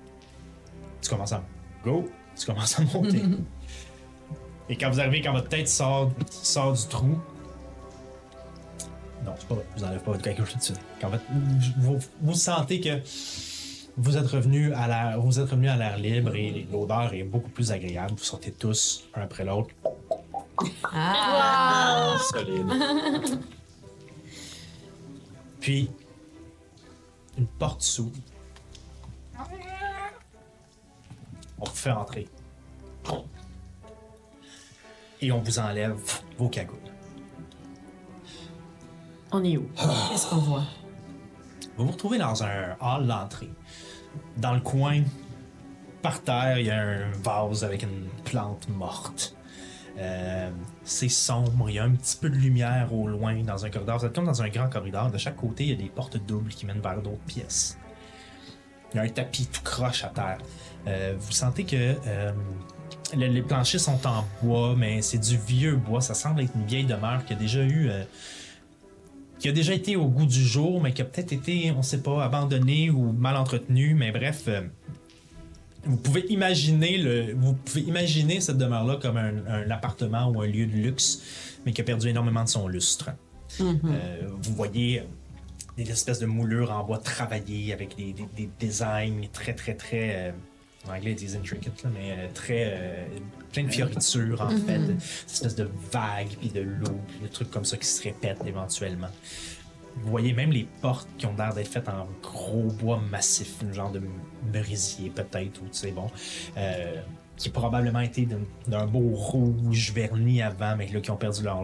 tu commences à go, tu commences à monter. Et quand vous arrivez, quand votre tête sort, sort du trou, non, c'est pas vrai, vous enlevez pas votre calcul tout de suite. Quand votre- vous, vous sentez que vous êtes revenu à l'air, vous êtes revenu à l'air libre et l'odeur est beaucoup plus agréable. Vous sortez tous un après l'autre.
Solide.
Puis, une porte s'ouvre. On vous fait entrer. Et on vous enlève vos cagoules.
On est où?
Ah.
Qu'est-ce qu'on voit?
Vous vous retrouvez dans un hall d'entrée. Dans le coin, par terre, il y a un vase avec une plante morte. Euh, c'est sombre, il y a un petit peu de lumière au loin dans un corridor. Vous êtes comme dans un grand corridor. De chaque côté, il y a des portes doubles qui mènent vers d'autres pièces. Il y a un tapis tout croche à terre. Euh, vous sentez que euh, le- les planchers sont en bois, mais c'est du vieux bois. Ça semble être une vieille demeure qui a déjà eu euh, qui a déjà été au goût du jour, mais qui a peut-être été, on sait pas, abandonné ou mal entretenu, mais bref, euh, vous pouvez imaginer le, vous pouvez imaginer cette demeure-là comme un, un appartement ou un lieu de luxe, mais qui a perdu énormément de son lustre. Euh, vous voyez euh, des espèces de moulures en bois travaillées avec des, des- des designs très très très euh, en anglais, des intricate, là, mais euh, très. euh, plein de fioritures, en fait. Une espèce de vagues, puis de l'eau, puis des trucs comme ça qui se répètent éventuellement. Vous voyez même les portes qui ont l'air d'être faites en gros bois massif, un genre de merisier peut-être, ou tu sais, bon. euh, qui probablement été d'un- d'un beau rouge verni avant, mais là, qui ont perdu leur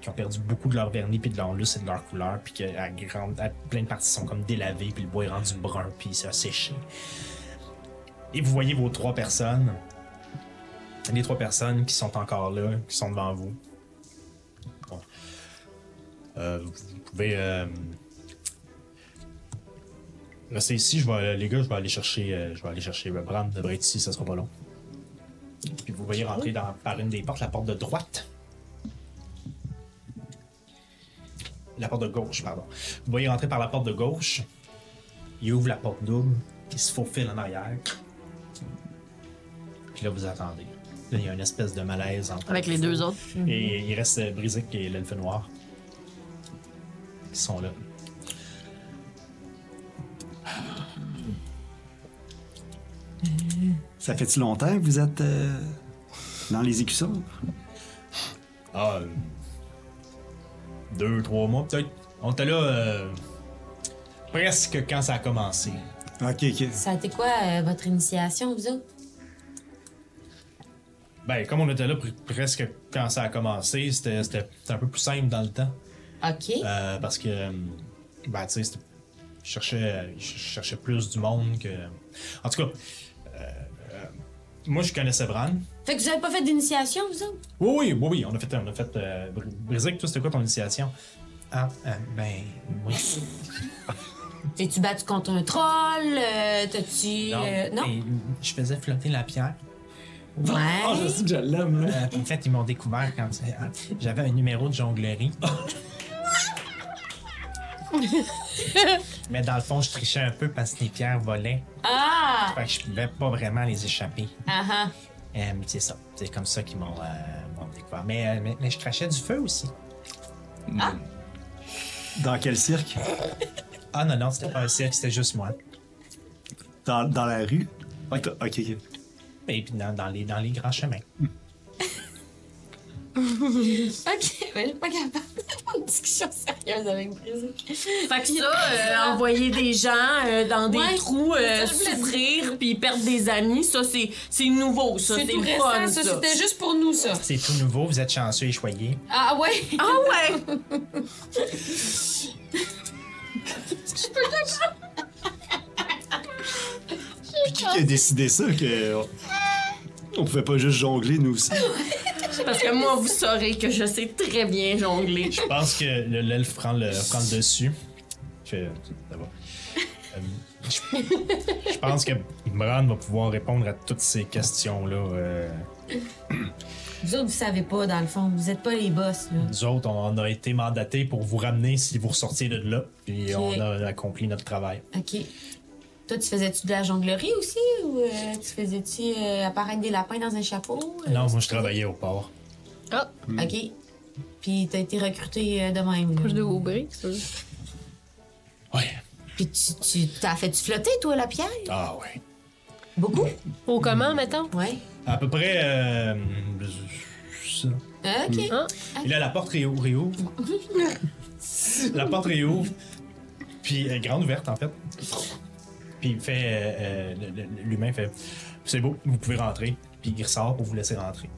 qui ont perdu beaucoup de leur vernis, puis de leur lustre et de leur couleur, puis que à, grande, à plein de parties sont comme délavées, puis le bois est rendu brun, puis ça a séché. Et vous voyez vos trois personnes, les trois personnes qui sont encore là, qui sont devant vous. Bon. Euh, vous pouvez euh, rester ici. Je vais, les gars, je vais aller chercher, euh, je vais aller chercher euh, Bram de être ici, ça sera pas long. Puis vous voyez rentrer dans- par une des portes, la porte de droite. La porte de gauche, pardon. Vous voyez rentrer par la porte de gauche. Il ouvre la porte double. Il se faufile en arrière. Puis là, vous attendez. Là, il y a une espèce de malaise entre
Avec les deux autres.
et il reste euh, Brisic et l'elfe noir. Qui sont là.
Ça fait-tu longtemps que vous êtes euh, dans les écussons?
Ah. euh, Deux, trois mois, peut-être. On était là. euh, presque quand ça a commencé.
Ok, ok.
Ça a été quoi euh, votre initiation, vous autres?
Ben, comme on était là pr- presque quand ça a commencé, c'était c'était- c'était un peu plus simple dans le temps.
OK.
Euh, parce que, euh, ben, tu sais, c'était- je cherchais, je cherchais plus du monde que. En tout cas, euh, euh, moi, je connaissais Bran.
Fait que vous avez pas fait d'initiation, vous autres?
Oui, oui, oui, oui, on a fait, on a fait euh, Br- Brisic, toi, c'était quoi ton initiation? Ah, euh, ben, oui.
T'es-tu battu contre un troll? Euh, T'as-tu.
Non,
euh, non?
et je faisais flotter la pierre.
Ouais.
Oh,
Ah, je sais que je l'aime, là.
Euh, en fait, ils m'ont découvert quand euh, j'avais un numéro de jonglerie. Mais dans le fond, je trichais un peu parce que les pierres volaient.
Ah!
Fait que je pouvais pas vraiment les échapper.
Ah ah.
Euh, c'est ça. C'est comme ça qu'ils m'ont euh, m'ont découvert. Mais, euh, mais- mais je crachais du feu aussi.
Dans quel cirque?
Ah non, non, c'était pas un cirque, c'était juste moi.
Dans, dans la rue? Ok, ok.
Et puis dans, dans les, dans les grands chemins.
Ok, (laughs) mais je suis pas capable d'avoir une discussion sérieuse avec Brigitte.
Fait que ça, euh, envoyer des gens euh, dans des
Ouais,
trous, euh,
ça, je voulais
souffrir, puis perdre des amis, ça, c'est c'est nouveau, ça, c'est le fun, ça.
juste pour nous, ça.
C'est tout nouveau, vous êtes chanceux et choyés.
Ah ouais?
Ah ouais!
Puis qui qui a décidé ça que. On pouvait pas juste jongler, nous aussi.
Parce que moi, vous saurez que je sais très bien (laughs) jongler.
Je pense que Euh, le- l'elfe prend le, prend le dessus. Je fais, ça va. Euh, je, je pense que Bran va pouvoir répondre à toutes ces questions-là. euh.
Vous autres, vous savez pas, dans le fond. Vous êtes pas les boss, là.
nous autres, on a été mandatés pour vous ramener si vous ressortiez de là. Puis
Ok.
on a accompli notre travail.
Ok. Toi, tu faisais-tu de la jonglerie aussi? Ou euh, tu faisais-tu euh, apparaître des lapins dans un chapeau? Euh,
Non, moi, je travaillais au port. Mm.
Ok. Puis t'as été recruté euh, de même. là.
Je dois ouvrir, ça.
Ouais.
Puis tu, tu t'as fait-tu flotter, toi, la pierre?
Ah, ouais.
Beaucoup?
Hmm.
Au comment, mettons?
Ouais.
À peu près. euh, ça.
Ok.
Mm.
Hein?
Et là, la porte réou- réouvre. la porte réouvre. Puis euh, grande ouverte, en fait. Puis il fait. euh, euh, le- le- L'humain fait. C'est beau, vous pouvez rentrer. Puis il ressort pour vous laisser rentrer.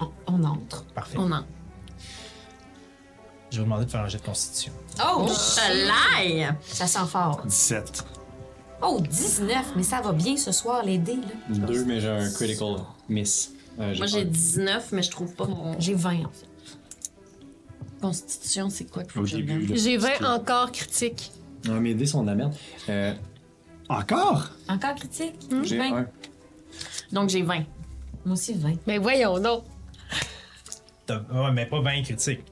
On, on entre.
Parfait.
On en.
Je vais vous demander de faire un jet de constitution.
Oh!
Chalaille!
Ça sent fort.
17.
Oh, 19! Mais ça va bien ce soir, les dés, là.
Deux, mais j'ai un critical miss. Euh,
Moi, j'ai
un.
19, mais je trouve pas mon
J'ai 20, en fait.
constitution. C'est quoi qu'il faut
Au
que je
début,
regarde?
là.
J'ai 20 encore critiques.
Ah, mes dés sont de la merde. Euh,
Encore?
Encore critique?
Mm.
j'ai
vingt.
un.
Donc, j'ai 20.
Moi aussi, 20.
Mais Ben, voyons donc.
T'as- Ouais, mais pas 20 critiques.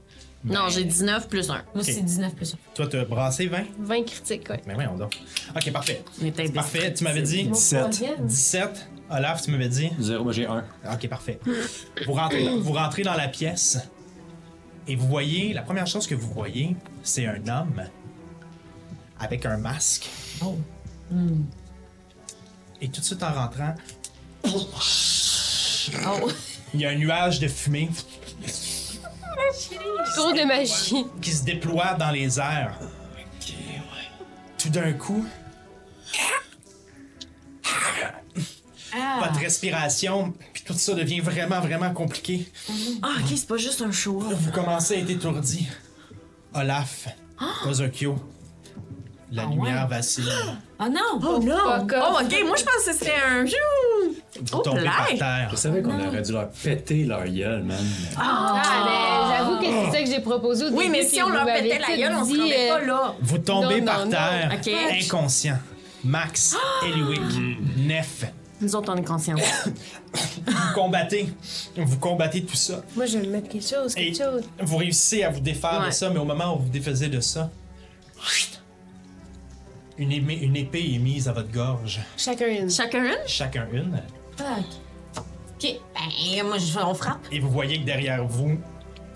Non, j'ai 19 plus 1.
Moi,
Ok.
c'est 19 plus 1.
Toi, t'as brassé 20?
20 critiques, ouais.
Mais oui, on dort. Ok, parfait.
On est peut-être
Parfait, tu m'avais dit
17.
17. Olaf, tu m'avais dit
Zéro, moi j'ai un.
Ah, Ok, parfait. Vous rentrez, dans, vous rentrez dans la pièce et vous voyez, la première chose que vous voyez, c'est un homme avec un masque. Hmm. Et tout de suite en rentrant, il y a un nuage de fumée
Tour de magie.
qui se déploie dans les airs. Tout d'un coup,
Ah.
votre respiration, puis tout ça devient vraiment, vraiment compliqué.
Ah, ok, c'est pas juste un show.
Vous commencez à être étourdi. Olaf,
Ah!
Kozokyo, la lumière vacille.
Ah,
Oh non!
Oh non!
fuck
Oh,
off.
ok, moi je pense que c'était un.
Oh,
Vous tombez par
plaie.
terre.
Je savais qu'on aurait dû leur péter leur gueule, man.
Ah, mais j'avoue que c'est ça que j'ai proposé au début.
Oui, mais si
puis
on
vous
leur
m'avez
pétait la
tout
gueule, on se
dit,
rendait pas
euh,
là.
Vous tombez
Non,
par
non, Ah!
terre,
non. Ok.
inconscient. Max, Eliwick, Neff,
Nous autres, on est (laughs) conscients.
vous combattez. Vous combattez tout ça.
Moi, je vais mettre quelque chose,
Et
quelque chose.
vous réussissez à vous défaire
Ouais.
de ça, mais au moment où vous vous défaisiez de ça, une, émi- une épée est mise à votre gorge.
Chacun une.
Chacun une?
Chacun une.
Ok, ben, moi, je, on frappe.
Et vous voyez que derrière vous,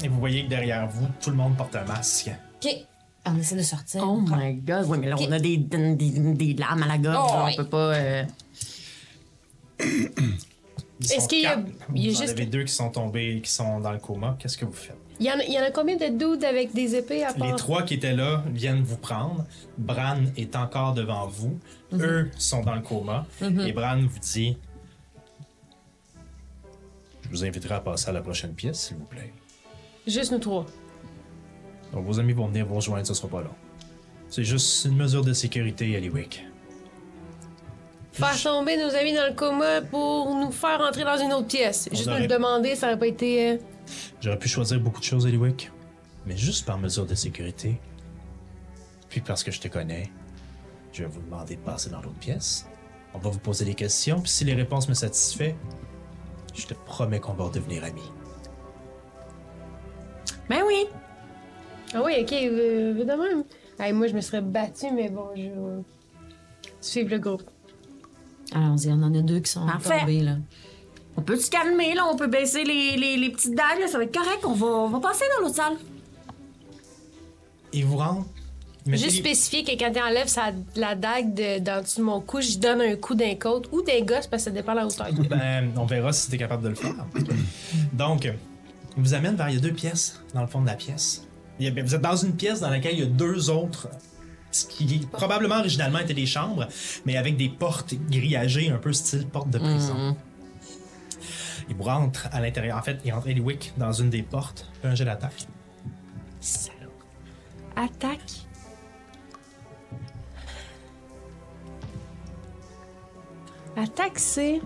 et vous voyez que derrière vous, tout le monde porte un masque.
Ok, on essaie de sortir.
Oh my god, oui, mais là, on a des, des, des larmes à la gorge.
Oh,
là,
oui.
On peut pas. euh,
Ils sont
Est-ce qu'il y a-
quatre.
il y a
Vous en
juste-
avez deux qui sont tombés, qui sont dans le coma. Qu'est-ce que vous faites?
Il y, en a, il y en a combien de dudes avec des épées à part?
Les trois qui étaient là viennent vous prendre. Bran est encore devant vous.
Mhm.
Eux sont dans le coma. Et Bran vous dit Je vous inviterai à passer à la prochaine pièce, s'il vous plaît.
Juste nous trois.
Donc, vos amis vont venir vous rejoindre, ce sera pas long. C'est juste une mesure de sécurité, Eliwick.
Faire tomber nos amis dans le coma pour nous faire entrer dans une autre pièce.
On
Juste nous
aurait-
le demander, ça aurait pas été. euh,
J'aurais pu choisir beaucoup de choses, Eliwick, mais juste par mesure de sécurité, puis parce que je te connais, je vais vous demander de passer dans l'autre pièce. On va vous poser des questions, puis si les réponses me satisfont, je te promets qu'on va redevenir amis.
Ben oui!
Ah oui, ok, euh, de même. Ah, moi, je me serais battue, mais bon, je. vais Suivre le groupe.
Allons-y, on en a deux qui sont
Parfait.
tombés, là.
On peut se calmer, là, on peut baisser les, les, les petites dalles, là, ça va être correct, on va, on va passer dans l'autre salle.
Et vous rentre. Mais
Juste
Eli-
spécifier que quand t'enlèves sa- la dague de, dans dessous de mon cou, je donne un coup d'un côte ou d'un gosse parce que ça dépend de
(laughs)
la hauteur.
Ben, on verra si t'es capable de le faire. Donc, on vous amène vers. Il y a deux pièces dans le fond de la pièce. Il y a- ben, vous êtes dans une pièce dans laquelle il y a deux autres, ce qui probablement originalement étaient des chambres, mais avec des portes grillagées, un peu style porte de prison. Il vous rentre à l'intérieur. En fait, il rentre Eliwick dans une des portes. Fais Un jet d'attaque.
Attaque. Attaque, c'est.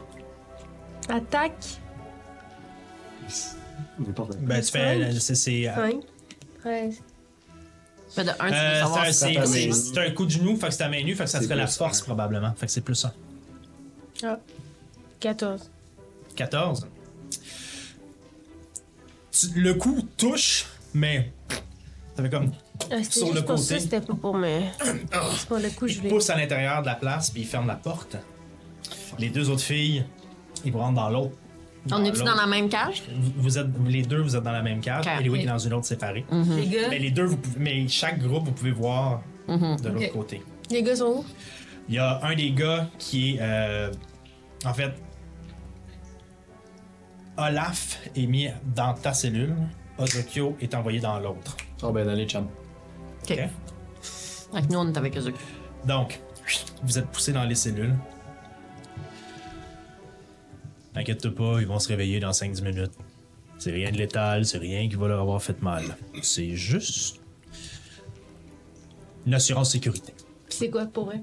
Attaque.
N'importe quoi.
Ben, tu fais. C'est. c'est, euh,
5. 13.
Ben, de un, tu
euh,
peux savoir.
c'est un-
si-
c'est-
ta main
c'est-
nue.
c'est un coup du genou, fait que c'est ta main nue, fait que ça
C'est
serait la
plus
force probablement. Fait que c'est plus ça.
ah, 14.
14. Tu- le coup touche, mais ça fait comme
Ah,
Sur
C'était
le
juste pour
côté. Ah.
ça, c'était pas pour me. C'est pour le coup, je
il
voulais.
pousse à l'intérieur de la place puis il ferme la porte. Les deux autres filles, ils vous rentrent dans l'autre.
On est-tu
l'autre.
dans la même cage?
Vous vous êtes les deux, vous êtes dans la même cage.
Ok.
Et Louis est dans une autre séparée.
Mhm. Mm-hmm.
Les gars,
Mais les deux, vous pouvez- mais chaque groupe, vous pouvez voir
Mhm.
de l'autre
Ok.
côté.
Les gars sont où?
Il y a un des gars qui est. euh, en fait. Olaf est mis dans ta cellule. Ozokyo est envoyé dans l'autre.
Oh, ben, allez, chum.
Ok. Fait que nous, on est avec eux.
Donc, vous êtes poussé dans les cellules. T'inquiète pas, ils vont se réveiller dans 5-10 minutes. C'est rien de létal, c'est rien qui va leur avoir fait mal. C'est juste une assurance sécurité.
Pis c'est quoi pour eux?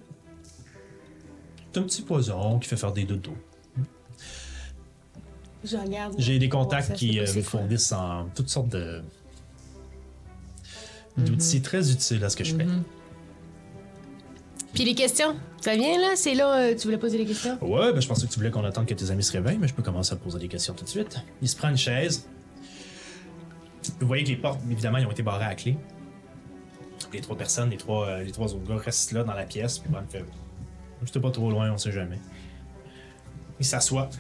C'est un petit poison qui fait faire des dodos.
Je regarde.
J'ai des
Ouais,
contacts
ça,
qui
je
euh,
sais
me
pas c'est hein. quoi.
fournissent en toutes sortes de
Mm-hmm.
d'outils très utiles à ce que je fais.
Puis les questions, ça vient là? C'est là, euh, tu voulais poser les questions?
Ouais, ben je pensais que tu voulais qu'on attende que tes amis se réveillent, mais je peux commencer à te poser des questions tout de suite. Il se prend une chaise. Vous voyez que les portes, évidemment, ils ont été barrées à clé. Les trois personnes, les trois, euh, les trois autres gars restent là dans la pièce, puis Bran fait C'était pas trop loin, on sait jamais. Il s'assoit.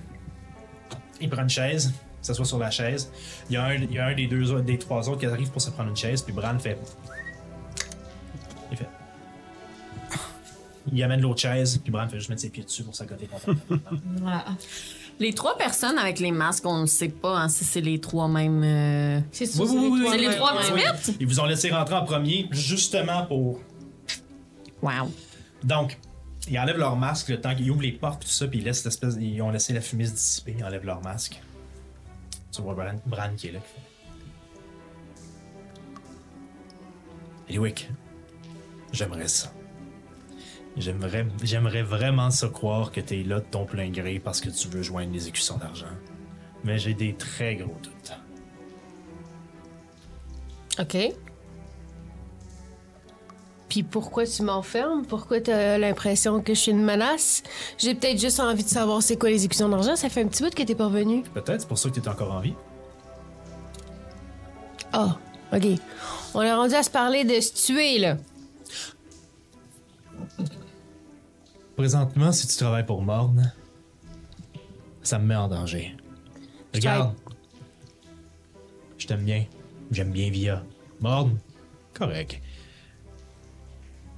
Il prend une chaise, s'assoit sur la chaise. Il y a un, il y a un des, deux, autres- des trois autres qui arrive pour se prendre une chaise, puis Bran fait. Il fait. il amène l'autre chaise, puis Bran fait juste mettre ses pieds dessus pour s'accoter.
Les trois personnes avec les masques, on ne sait pas hein, si c'est les trois mêmes. euh,
C'est
Oui,
sûr,
oui, oui, oui,
c'est les
oui,
trois
oui,
petits
oui. Ils vous ont laissé rentrer en premier, justement pour.
Wow.
Donc, ils enlèvent leur masque le temps qu'ils ouvrent les portes, tout ça, puis ils laissent l'espèce. Ils ont laissé la fumée se dissiper, ils enlèvent leur masque. Tu vois Bran, Bran qui est là. qui fait, Eliwick, j'aimerais ça. J'aimerais, j'aimerais vraiment ça croire que t'es là de ton plein gré parce que tu veux joindre l'exécution d'argent. Mais j'ai des très gros doutes.
OK. Puis pourquoi tu m'enfermes? Pourquoi t'as l'impression que je suis une menace? J'ai peut-être juste envie de savoir c'est quoi l'exécution d'argent. Ça fait un petit bout que t'es pas revenu.
Peut-être, c'est pour ça que t'es encore en vie.
Ah, OK. On est rendu à se parler de se tuer, là.
Présentement, si tu travailles pour Morne, ça me met en danger. Regarde. Je t'aime bien. J'aime bien Via. Morne, correct.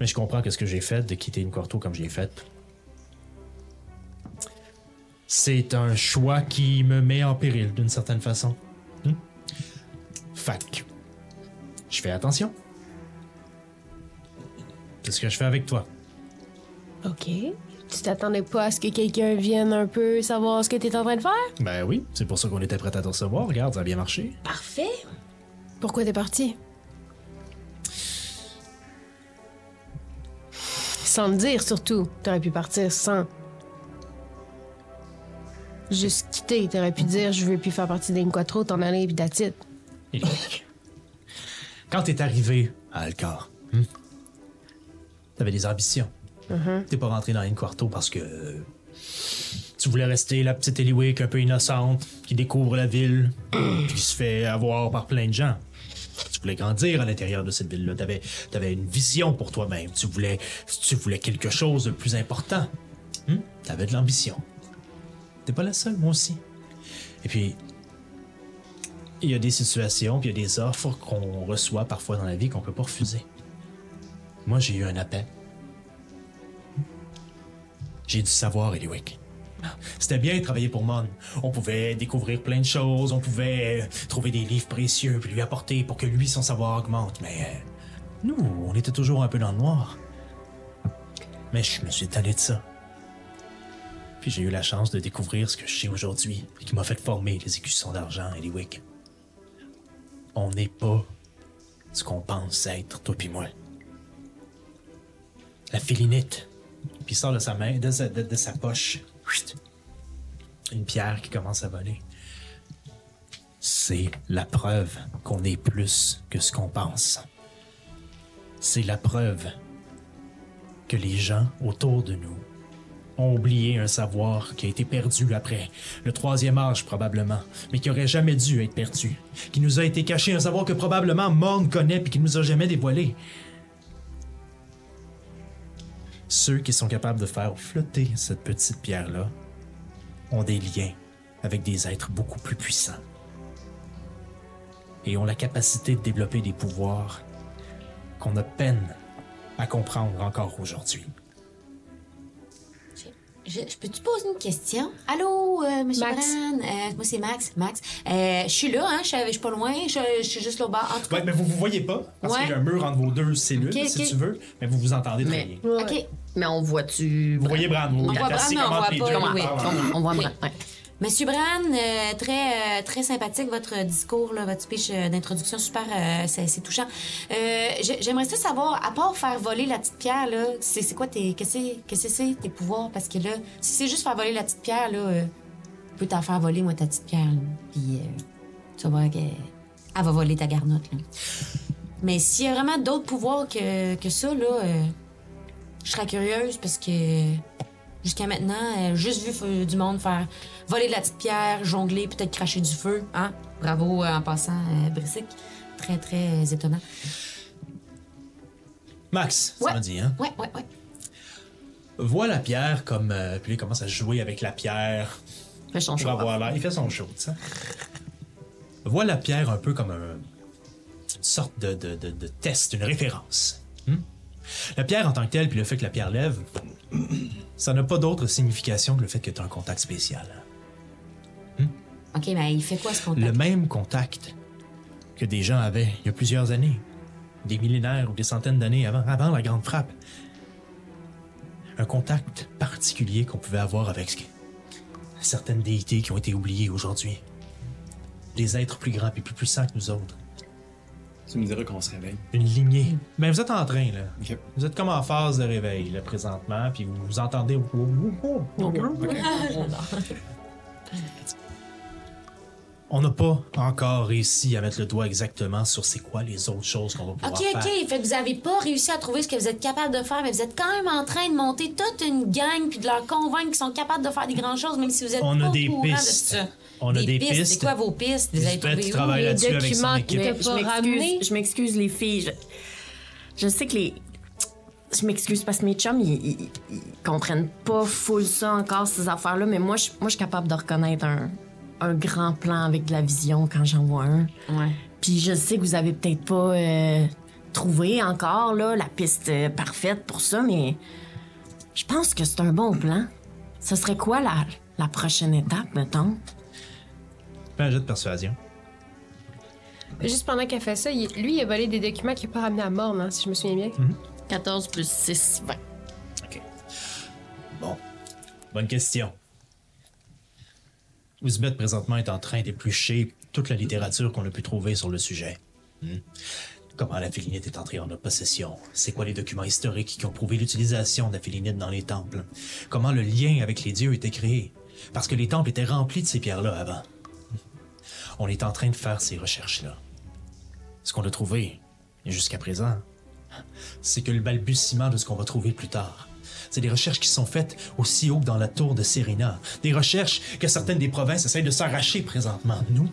Mais je comprends que ce que j'ai fait de quitter une quarto comme j'ai fait. C'est un choix qui me met en péril d'une certaine façon. Hmm? Fac. Je fais attention. C'est ce que je fais avec toi.
OK. Tu t'attendais pas à ce que quelqu'un vienne un peu savoir ce que t'es en train de faire?
Ben oui, c'est pour ça qu'on était prêt à te recevoir. Regarde, ça a bien marché.
Parfait.
Pourquoi t'es parti? Sans le dire, surtout. T'aurais pu partir sans. Juste quitter. T'aurais pu dire je veux plus faire partie des Quattro, t'en aller, puis that's it.
Eliwick. Quand t'es arrivé à Alcor, hmm, t'avais des ambitions. T'es pas rentré dans une quarto parce que euh, tu voulais rester la petite Eliwick un peu innocente qui découvre la ville puis qui se fait avoir par plein de gens. Tu voulais grandir à l'intérieur de cette ville-là. T'avais avais une vision pour toi-même. Tu voulais, tu voulais quelque chose de plus important. Hmm? T'avais de l'ambition. T'es pas la seule, moi aussi. Et puis, il y a des situations, puis il y a des offres qu'on reçoit parfois dans la vie qu'on peut pas refuser. Moi, j'ai eu un appel. J'ai dû savoir, Eliwick. C'était bien de travailler pour Mon. On pouvait découvrir plein de choses, on pouvait euh, trouver des livres précieux puis lui apporter pour que lui, son savoir augmente. Mais euh, nous, on était toujours un peu dans le noir. Mais je me suis étonné de ça. Puis j'ai eu la chance de découvrir ce que je sais aujourd'hui et qui m'a fait former les écussons d'argent, Eliwick on n'est pas ce qu'on pense être, toi puis moi. La félinite. Puis il sort de sa main, de sa, de- de sa poche, whist, une pierre qui commence à voler. C'est la preuve qu'on est plus que ce qu'on pense. C'est la preuve que les gens autour de nous ont oublié un savoir qui a été perdu après le troisième âge probablement, mais qui aurait jamais dû être perdu, qui nous a été caché un savoir que probablement Morne connaît puis qui nous a jamais dévoilé. Ceux qui sont capables de faire flotter cette petite pierre-là ont des liens avec des êtres beaucoup plus puissants et ont la capacité de développer des pouvoirs qu'on a peine à comprendre encore aujourd'hui.
Je, je peux-tu poser une question? Allô, euh, Monsieur
Max.
Bran? Euh, moi, c'est Max. Max. Euh, je suis là, hein? Je suis- je suis pas loin. Je, je suis juste là au bas. En tout cas,
Ouais, mais vous vous voyez pas, parce
Ouais.
qu'il y a un mur entre vos deux cellules,
Ok,
si
ok.
tu veux, mais vous vous entendez très
Mais-
bien.
OK.
Mais on voit-tu.
Vous voyez Ah. Bran, vous
On voit
Cassie
Bran, mais on
commente
voit
les
pas
deux,
Louis.
on parle.
On, on voit
Oui.
Bran, ouais.
Monsieur Bran, euh, très, euh, très sympathique votre discours, là, votre speech euh, d'introduction, super, euh, c'est c'est touchant. Euh, j'ai- J'aimerais ça savoir, à part faire voler la petite pierre, là, c'est c'est quoi tes, qu'est-ce que c'est- qu'est-ce que c'est tes pouvoirs Parce que là, si c'est juste faire voler la petite pierre, là, euh, je peux t'en faire voler moi ta petite pierre, là. puis euh, tu vas voir qu'elle va voler ta garnotte. là. Mais s'il y a vraiment d'autres pouvoirs que, que ça, là, euh, je serais curieuse parce que jusqu'à maintenant, euh, juste vu euh, du monde faire voler de la petite pierre, jongler, peut-être cracher du feu. Hein? Bravo euh, en passant, euh, Brissic. Très, très euh, étonnant.
Max, ça
Ouais.
m'a dit, hein?
Ouais, ouais, ouais.
Vois la pierre comme. euh, puis là, il commence à jouer avec la pierre
Fais son
pour
choix.
avoir l'air. Il fait son show, tu sais. Vois la pierre un peu comme un- une sorte de, de- de- de test, une référence. Hmm? La pierre en tant que telle, puis le fait que la pierre lève, ça n'a pas d'autre signification que le fait que tu as un contact spécial.
OK, mais il fait quoi ce
Le
contact?
même contact que des gens avaient il y a plusieurs années, des millénaires ou des centaines d'années avant, avant la Grande Frappe. Un contact particulier qu'on pouvait avoir avec certaines déités qui ont été oubliées aujourd'hui. Des êtres plus grands et plus puissants que nous autres.
Tu me diras qu'on se réveille.
Une
Mm.
lignée. Mais vous êtes en train, là.
Ok.
Vous êtes comme en phase de réveil, là, présentement, puis vous, vous entendez. On n'a pas encore réussi à mettre le doigt exactement sur c'est quoi les autres choses qu'on va pouvoir
OK,
faire.
OK. Fait que vous avez pas réussi à trouver ce que vous êtes capable de faire, mais vous êtes quand même en train de monter toute une gang puis de leur convaincre qu'ils sont capables de faire des grandes choses, même si vous êtes
On
pas
a
au
des
courant de
pistes.
ça.
On a des pistes.
C'est quoi vos pistes? Vous avez
Lisbeth
trouvé où?
travaille là-dessus avec son
documents
équipe.
que-
Mais
T'as
je
pas
m'excuse-
ramené?
Je m'excuse, les filles. Je, je sais que les. Je m'excuse parce que mes chums, ils, ils- ils comprennent pas full ça encore, ces affaires-là, mais moi, je, moi, je suis capable de reconnaître un, un grand plan avec de la vision quand j'en vois un.
Ouais.
Puis je sais que vous avez peut-être pas euh, trouvé encore là, la piste euh, parfaite pour ça, mais je pense que c'est un bon plan. Ce serait quoi la, la prochaine étape, mettons?
Fais un jet de persuasion.
Juste pendant qu'elle fait ça, il- lui, il a volé des documents qu'il n'a pas ramenés à mort, hein, si je me souviens bien.
Mhm. 14 plus 6, 20.
Bon. Bonne question. Ouzbeth, présentement, est en train d'éplucher toute la littérature qu'on a pu trouver sur le sujet. Hmm. Comment la félinite est entrée en notre possession? C'est quoi les documents historiques qui ont prouvé l'utilisation de la félinite dans les temples? Comment le lien avec les dieux était créé? Parce que les temples étaient remplis de ces pierres-là avant. Hmm. On est en train de faire ces recherches-là. Ce qu'on a trouvé, jusqu'à présent, c'est que le balbutiement de ce qu'on va trouver plus tard. C'est des recherches qui sont faites aussi haut que dans la tour de Serena. Des recherches que certaines des provinces essayent de s'arracher présentement. Nous,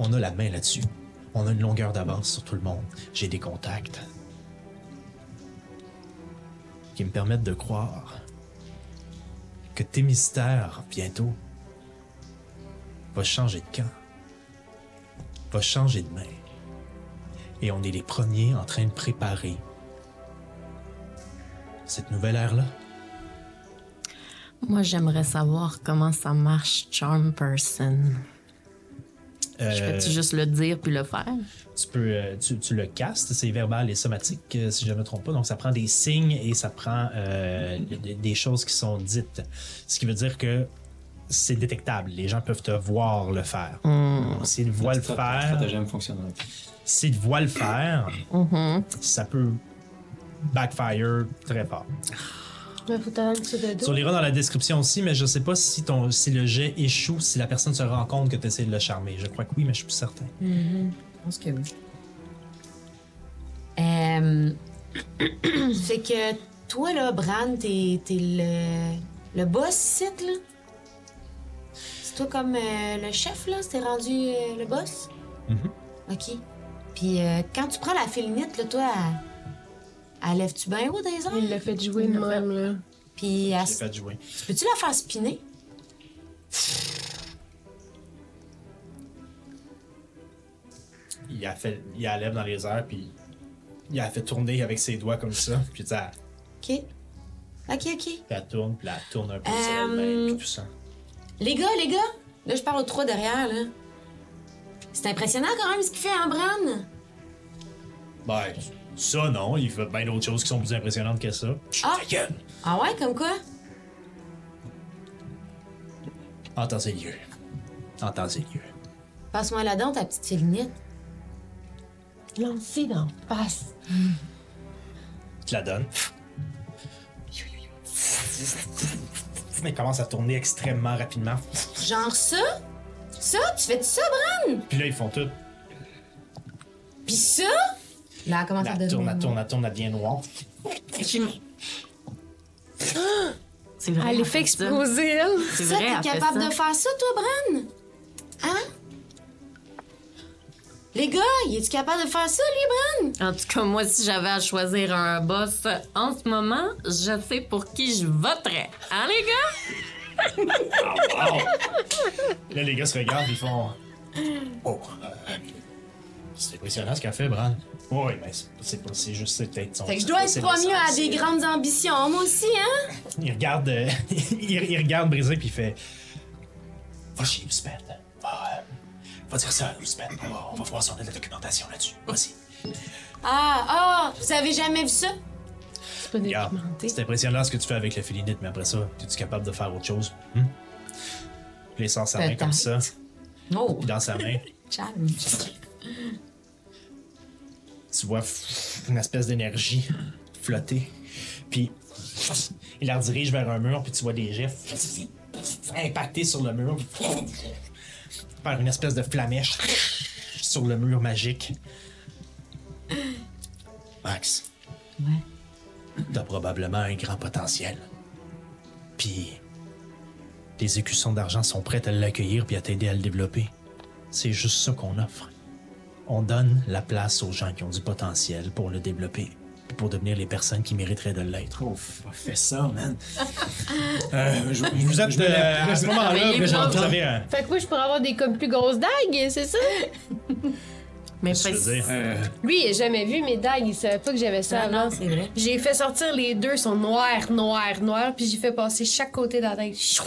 on a la main là-dessus. On a une longueur d'avance sur tout le monde. J'ai des contacts qui me permettent de croire que tes mystères, bientôt, va changer de camp, va changer de main. Et on est les premiers en train de préparer cette nouvelle ère-là.
Moi, j'aimerais savoir comment ça marche, Charm Person. Je
Euh,
peux-tu juste le dire puis le faire?
tu peux, euh, tu, tu le castes, c'est verbal et somatique, euh, si je ne me trompe pas. Donc, ça prend des signes et ça prend euh, des- des choses qui sont dites. Ce qui veut dire que c'est détectable. Les gens peuvent te voir le faire. Donc, S'ils voient le
Notre strat- notre
faire,
stratagème fonctionnera.
s'ils voient le faire, ça peut backfire très fort.
Mais faut t'attendre que tu te
Tu liras dans la description aussi, mais je sais pas si, ton, si le jet échoue, si la personne se rend compte que tu essaies de le charmer. Je crois que oui, mais je suis plus certain.
Je pense que oui. (clears throat) Euh, fait que toi, là, Bran, t'es t'es le, le boss ici, là? C'est toi comme euh, le chef, là? C'était rendu euh, le boss?
Mhm.
OK. Puis euh, quand tu prends la félinite, là, toi, elle, elle lève-tu bien haut dans les
Il
airs?
l'a fait jouer de même, là.
Puis elle
J'ai
s-
fait jouer.
peux-tu la faire spinner?
il a fait il a la lève dans les airs puis il a fait tourner avec ses doigts comme ça (laughs) puis ça
OK. OK, OK.
la tourne puis la tourne un peu sur
Euh,
elle-même, puis tout ça
Les gars, les gars, là je parle aux trois derrière là. C'est impressionnant quand même ce qu'il fait en Bran.
ben ça non il fait bien d'autres choses qui sont plus impressionnantes que ça
Ah.
Ta gueule!
Ah ouais, comme quoi?
en temps et lieu en temps et lieu
Passe-moi la dent, ta petite félinite.
Lancé d'en face.
je te la (laughs) donne mais commence à tourner extrêmement rapidement
Genre ça? Ça? Tu fais ça, Bran?
puis là ils font tout
Pis ça? Là, comment ça
la tourne la tourne la tourne elle devient noire
C'est vrai.
Elle les
elle
fait
ça.
exploser, elle.
C'est
Ça,
vrai,
t'es
elle fait
capable
ça.
de faire ça, toi, Bran? Hein? Les gars, il est-tu capable de faire ça, lui, Bran?
En tout cas, moi, si j'avais à choisir un boss en ce moment, je sais pour qui je voterais. Hein, les gars?
là les gars se regardent ils font oh euh,
C'est impressionnant ce qu'a fait, Bran.
Oui, mais c'est- c'est pas- c'est juste c'est peut-être son.
Fait que je dois être
c'est
promu
l'essence.
à des grandes ambitions, moi aussi, hein?
Il regarde, euh, (laughs) il, il regarde Brisé puis il fait Va chez Uspen. Va, euh, va dire ça à Uspen. On va- On va voir si on a de la documentation là-dessus. Vas-y.
Ah, ah, vous avez jamais vu ça?
C'est pas
Regarde,
documenté.
c'est impressionnant ce que tu fais avec le félinite, mais après ça, es-tu capable de faire autre chose? Hum? Il sort sa main comme ça,
Oh,
puis dans sa main,
calme.
tu vois pff, une espèce d'énergie flotter. Puis il la redirige vers un mur, puis tu vois des jets pff, pff, impactés sur le mur. pff, Par une espèce de flamèche sur le mur magique. Max. Ouais. T'as probablement un grand potentiel. Puis les écussons d'argent sont prêts à l'accueillir puis à t'aider à le développer. C'est juste ça qu'on offre on donne la place aux gens qui ont du potentiel pour le développer, puis pour devenir les personnes qui mériteraient de l'être.
Oh, f- fais ça, (laughs) man. Euh, je,
Vous êtes
me
euh,
lève.
à ce
Ah,
moment-là, vous
blancs.
avez un.
Fait que moi, je pourrais avoir des comme plus grosses dagues, c'est ça?
Mais
Je veux dire,
Euh,
Lui, il a jamais vu mes dagues, il savait pas que j'avais ça avant.
c'est vrai.
J'ai fait sortir les deux, sont noirs, noirs, noirs, puis j'ai fait passer chaque côté de la tête. Chou!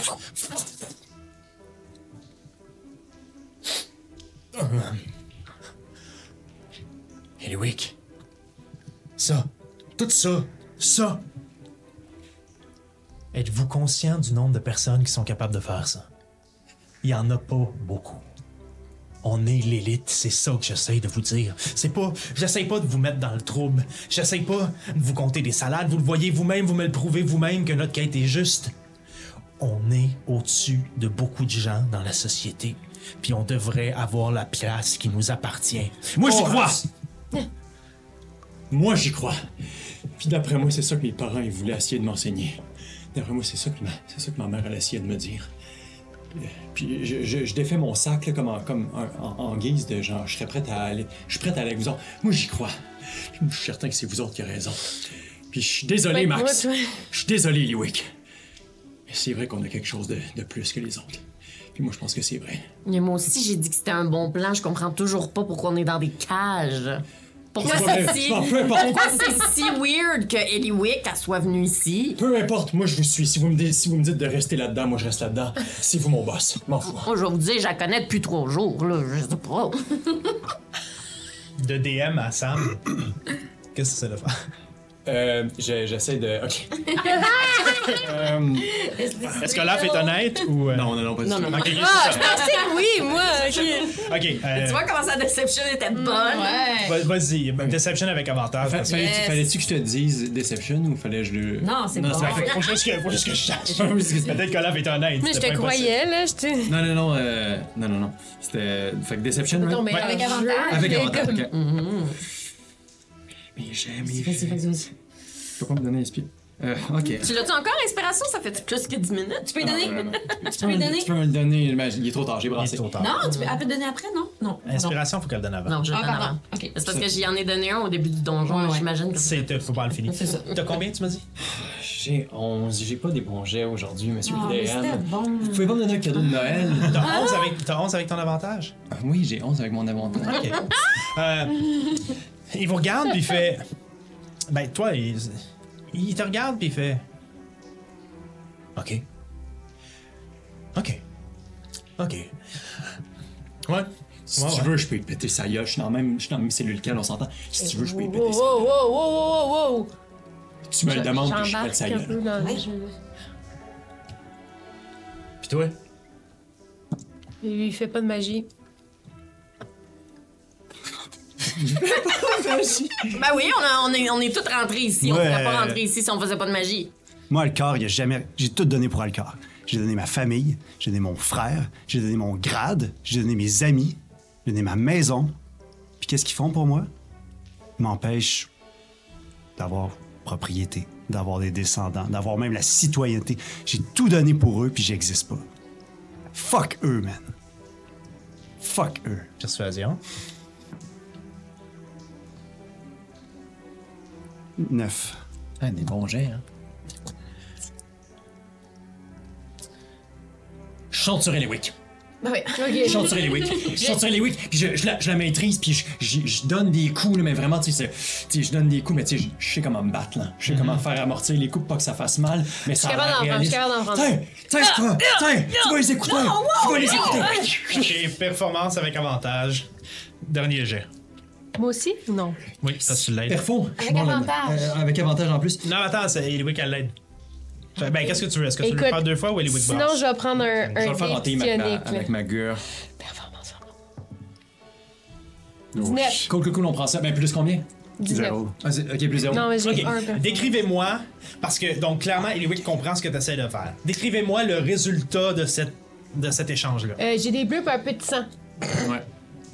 Eliwick. Ça. Tout ça.
ça. Êtes-vous conscient du nombre de personnes qui sont capables de faire ça? Il n'y en a pas beaucoup. On est l'élite, c'est ça que j'essaye de vous dire. C'est pas. J'essaye pas de vous mettre dans le trouble. J'essaye pas de vous compter des salades. Vous le voyez vous-même, vous me le prouvez vous-même que notre quête est juste. On est au-dessus de beaucoup de gens dans la société. Puis on devrait avoir la place qui nous appartient.
moi, j'y
Oh,
crois. moi, j'y crois. Puis d'après moi, c'est ça que mes parents ils voulaient essayer de m'enseigner. D'après moi, c'est ça, que ma, c'est ça que ma mère elle essayait de me dire. Euh, Puis je, je- je défais mon sac là, comme, en, comme en, en- en guise de genre, je serais prête à aller, je suis prête à aller avec vous autres. Moi, j'y crois. Je suis certain que c'est vous autres qui avez raison. Puis je suis désolé,
Ouais,
Max.
moi, toi.
Je suis désolé, Eliwick. Mais c'est vrai qu'on a quelque chose de, de plus que les autres. Puis moi, je pense que c'est vrai.
Mais moi aussi, j'ai dit que c'était un bon plan. Je comprends toujours pas pourquoi on est dans des cages. Pourquoi
Pourquoi
c'est
même?
si...
Non, peu importe.
pourquoi c'est si weird que Ellie Wick elle soit venue ici?
Peu importe, moi je vous suis. Si vous me, dites- si vous me dites de rester là-dedans, moi je reste là-dedans. C'est vous mon boss. Je M'en fous.
Moi, je vais vous dire, je la connais depuis trois jours, là. Je sais pas.
de DM à Sam. (coughs) Qu'est-ce que ça de faire?
Euh, j'ai- j'essaie de. Ok.
Est-ce que l'AF est honnête ou. euh,
Non, non, non, pas du tout.
Ok,
Ah!
ok, c'est ça.
Ah, oui, (laughs) moi!
Ok, euh,
comment sa déception était bonne?
Mm,
va- vas-y, Deception avec avantage.
Fa-
parce que-
fallait- Fallait-tu que je te dise Deception ou fallait je le.
Non, c'est bon.
ça fait-
Faut juste que, faut juste que je cherche. (laughs)
Peut-être-
Peut-être que l'AF est honnête.
Mais je
c'était
te
pas impossible.
croyais, là, je te.
Non, non, non, euh, non, non, non. C'était. Fait que Deception, right?
Tombé
Avec
avantage.
Avec
mais
avantage,
comme-
ok. Mais j'ai mis.
Vas-y,
Je
vas-y, vas-y.
peux pas me donner un speed. Euh, ok.
Tu l'as-tu encore, Inspiration? Ça fait plus que 10 minutes.
Tu peux lui donner?
Euh, tu
peux lui
me-
donner?
Tu peux me le donner, mais il est trop tard, j'ai
Il est Ah,
brassé.
trop tard.
Non, tu peux, elle peut te donner après, non? Non. non.
Inspiration, faut qu'elle donne avant.
Non, je le
Ah,
donne
pardon.
avant.
Ok.
C'est parce que j'y en ai donné un au début du donjon.
Ouais, ouais.
J'imagine que
C'est, euh, faut pas le finir. T'as combien, tu m'as dit?
J'ai 11, j'ai pas des bons jets aujourd'hui, monsieur
Ah, mais c'était
Vidéan.
bon.
Vous pouvez pas me donner un cadeau de
(laughs)
Noël?
Ah!
T'as 11 avec, t'as 11 avec ton avantage?
Ah Oui, j'ai 11 avec mon avantage.
(laughs)
Ok. Euh, il vous regarde, puis il fait. Ben, toi, il, il te regarde, puis il fait. Ok. Ok. Ok. Ouais.
Si
Ouais,
tu
ouais.
veux, je peux te péter sa gueule. Je suis dans, même, je suis dans mes cellules cales, on s'entend. Si tu veux, je peux te
Wow,
péter sa
wow, wow, wow, wow, wow!
Tu me le demandes, puis je pète
oh, J'embarque
sa
un
gueule.
peu dans le
Ouais.
jeu.
Puis toi?
Il fait pas de magie.
Ben oui, on, a- on est, on est tous rentrés ici. On
Ouais.
pourrait pas rentrer ici si on faisait pas de magie.
Moi, Alcor, il a jamais. J'ai tout donné pour Alcor. J'ai donné ma famille, j'ai donné mon frère, j'ai donné mon grade, j'ai donné mes amis, j'ai donné ma maison. Puis qu'est-ce qu'ils font pour moi? Ils m'empêchent d'avoir propriété, d'avoir des descendants, d'avoir même la citoyenneté. J'ai tout donné pour eux, puis j'existe pas. Fuck eux, man. Fuck eux.
Persuasion.
Neuf.
Ah, des bons jets, hein. Je chante sur Eliwick.
Oui,
Je chante sur Eliwick. Je chante sur Eliwick, puis je, je la, je la maîtrise, puis je, je- je donne des coups, là, mais vraiment, tu sais, c'est- tu sais, je donne des coups, mais tu sais, je, je sais comment me battre, là. Je sais comment faire amortir les coups pour pas que ça fasse mal, mais ça
capable d'en prendre, Mhm. je suis capable d'en prendre. Ah,
Tiens, tiens, je prends, tiens, tu vas les écouter, tu vas les écouter.
Ok, performance avec avantage. Dernier jet.
Moi aussi? Non.
Oui, ça, tu l'aides.
Perfo, je suis
Avec
bon, là,
avantage.
euh, avec avantage en plus.
Non, attends, c'est Eliwick à l'aide. Fait- Ben, qu'est-ce que tu veux? Est-ce que tu veux
Écoute,
le faire deux fois ou Eliwick
Sinon, je vais prendre un,
Je vais
un
le faire
dé
hanter avec, ma,
pionique, là.
avec ma gueule.
Performance, performance.
Oh,
19.
Cool, cool, cool, on prend ça. Ben, plus combien?
19.
Zéro.
Ah, c'est- ok, plus zéro.
Non, mais j'ai
Ok,
un performance.
décrivez-moi, parce que, donc, clairement, Eliwick comprend ce que tu essaies de faire. Décrivez-moi le résultat de, cette, de cet échange-là.
Euh, j'ai des bleus et un peu de sang
Ouais.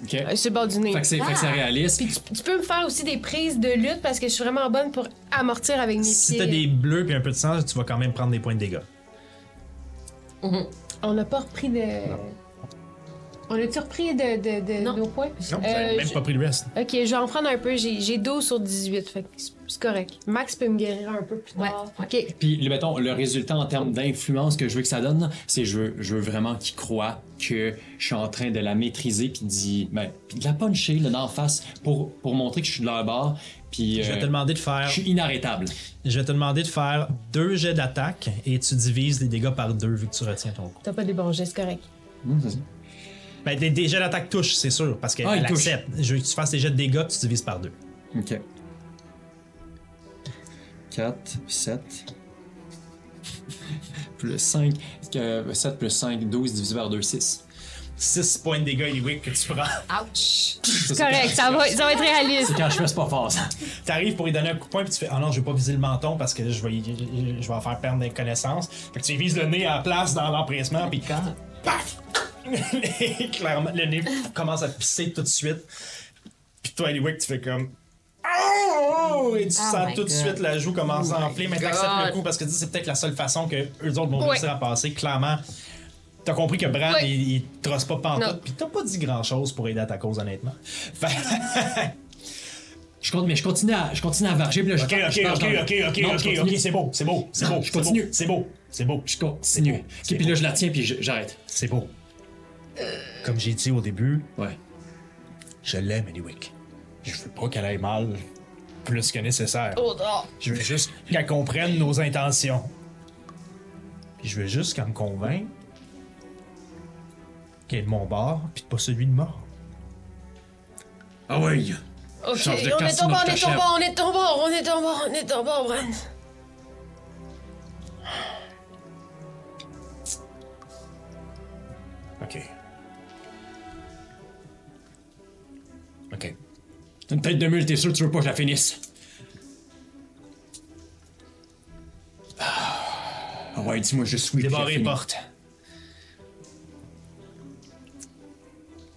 Ok.
euh, sur le bord du nez.
Fait que c'est fait que c'est réaliste.
Puis tu, tu peux me faire aussi des prises de lutte parce que je suis vraiment bonne pour amortir avec mes
Si
pieds.
t'as des bleus et un peu de sang, tu vas quand même prendre des points de dégâts.
On n'a pas repris de. On a-tu repris de, de, de
Non.
nos points?
Non, vous
Euh,
avez même
je-
pas pris le reste.
Ok, je vais en prendre un peu. J'ai j'ai 12 sur 18, fait que c'est- c'est correct. Max peut me guérir un peu plus tard. Ok.
Puis, le, mettons, le résultat en termes d'influence que je veux que ça donne, là, c'est je veux, je veux vraiment qu'il croit que je suis en train de la maîtriser, puis d'y- ben, puis de la puncher là, d'en face pour, pour montrer que je suis de leur bord, puis
Je
euh,
vais te demander de faire.
je suis inarrêtable.
Je vais te demander de faire deux jets d'attaque et tu divises les dégâts par deux vu que tu retiens ton coup.
T'as pas des bons gestes, c'est correct.
Mmh,
Ben, des, des jets d'attaque touchent, c'est sûr, parce qu'elle
Ah, il touche.
accepte. Je veux que tu fasses des jets de dégâts puis tu divises par deux.
Ok. 4, 7, plus 5, 7 plus 5, 12 divisé par 2, 6.
6 points de dégâts, Eliwick, que tu prends.
Ouch!
C'est correct, ça va, ça va être réaliste.
C'est quand je fais, c'est pas fort, ça.
T'arrives pour lui donner un coup de poing puis tu fais Ah non, je vais pas viser le menton parce que je vais, y- je vais en faire perdre des connaissances. Fait que tu lui vises le nez à la place dans l'empressement puis paf (laughs) Clairement, le nez commence à pisser tout de suite. Puis toi, Eliwick, tu fais comme. Oh! Et tu sens
my
tout de
God. Oh
suite la joue commence à enfler, mais t'acceptes le coup parce que tu dis, c'est peut-être la seule façon que eux autres vont
Ouais.
réussir à passer. Clairement, t'as compris que Bran,
Ouais.
il, il te trosse pas
Non.
pantoute, puis t'as pas dit grand-chose pour aider à ta cause, honnêtement. (laughs) Fait-
Je compte, mais je continue à, je continue à varger, puis là, je
Ok,
pars-
ok,
je pars
ok,
dans le-
ok, ok,
Non, je
ok,
continue.
ok, c'est beau, c'est beau, c'est
Non,
beau,
je
c'est beau,
continue.
c'est beau, c'est beau,
Je continue.
C'est
Ok, puis
beau.
là, je la tiens, puis je- j'arrête.
c'est beau. Comme j'ai dit au début,
Ouais.
je l'aime, Eliwick. Je veux pas qu'elle aille mal plus que nécessaire. Je veux juste qu'elle comprenne nos intentions. Puis je veux juste qu'elle me convainc qu'elle est de mon bord, puis pas celui de mort.
Ah oui!
Ok,
Change de
on est
casse,
en bas,
notre
on est en
cachette.
bas, on est en bas, on est en bas, on est en bas, Bran.
Ok.
Ok. T'as une tête de mule, t'es sûr que tu veux pas que je la finisse? Ah ouais, dis-moi, je suis.
Débarrer les portes.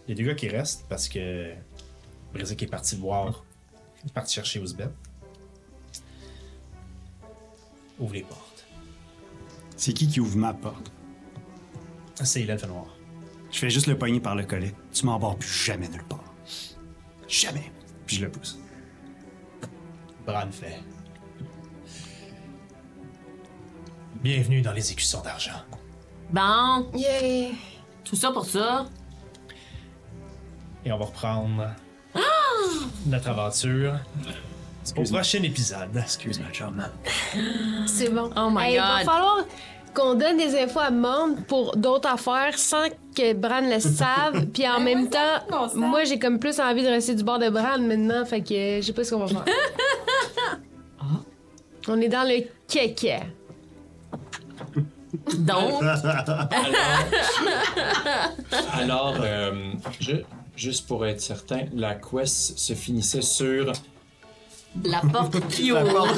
Il y a des gars qui restent parce que Brisic est parti voir, il est parti chercher Ouzbet. Ouvre les portes.
C'est qui qui ouvre ma porte?
Ah, C'est l'elfe noir.
Je fais juste le poignet par le collet. Tu m'embarres plus jamais nulle part. Jamais. Puis je le pousse.
Bran fait. Bienvenue dans les écussons d'argent.
Bon,
Yay!
tout ça pour ça.
Et on va reprendre notre aventure au prochain épisode.
Excuse ma chum.
C'est bon.
Oh my
Il va
God.
falloir qu'on donne des infos à Monde pour d'autres affaires sans que Bran
(laughs)
le save. Puis en même temps, moi, j'ai comme plus envie de rester du bord de Bran maintenant. Fait que euh, je sais pas ce qu'on va faire.
(laughs) Ah.
On est dans le kéké.
Donc,
Alors, euh, je- juste pour être certain, la quest se finissait sur.
la porte qui ouvre.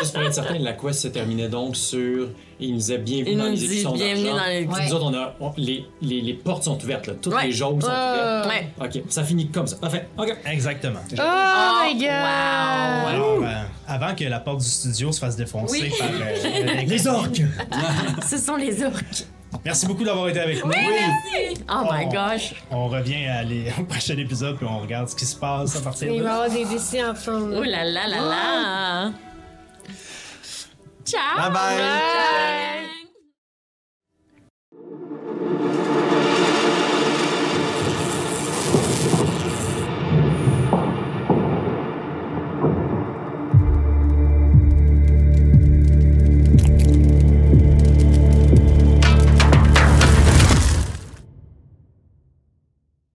Juste pour être certain, la quest se terminait donc sur. Il nous disait bienvenue
Il
dans
nous
les
dit
écussons
bienvenue
d'argent.
dans les.
Puis Nous autres, on a, on- les, les- les portes sont ouvertes, là. toutes
Ouais.
les jaunes sont
Euh.
Ouais.
ouvertes. Ok, ça finit comme ça. Parfait. Ok.
Exactement.
Ah,
Oh,
Ah,
my god!
Alors, euh, avant que la porte du studio se fasse défoncer
Oui.
par euh, les orques.
Ce sont les orques.
Merci beaucoup d'avoir été avec nous.
Oh my
Oh.
gosh.
On revient à les- au prochain épisode puis on regarde ce qui se passe à partir
Il
de
va y
là.
avoir des décis ensemble.
Ouh là là là là. Ciao.
Bye bye!
Bye.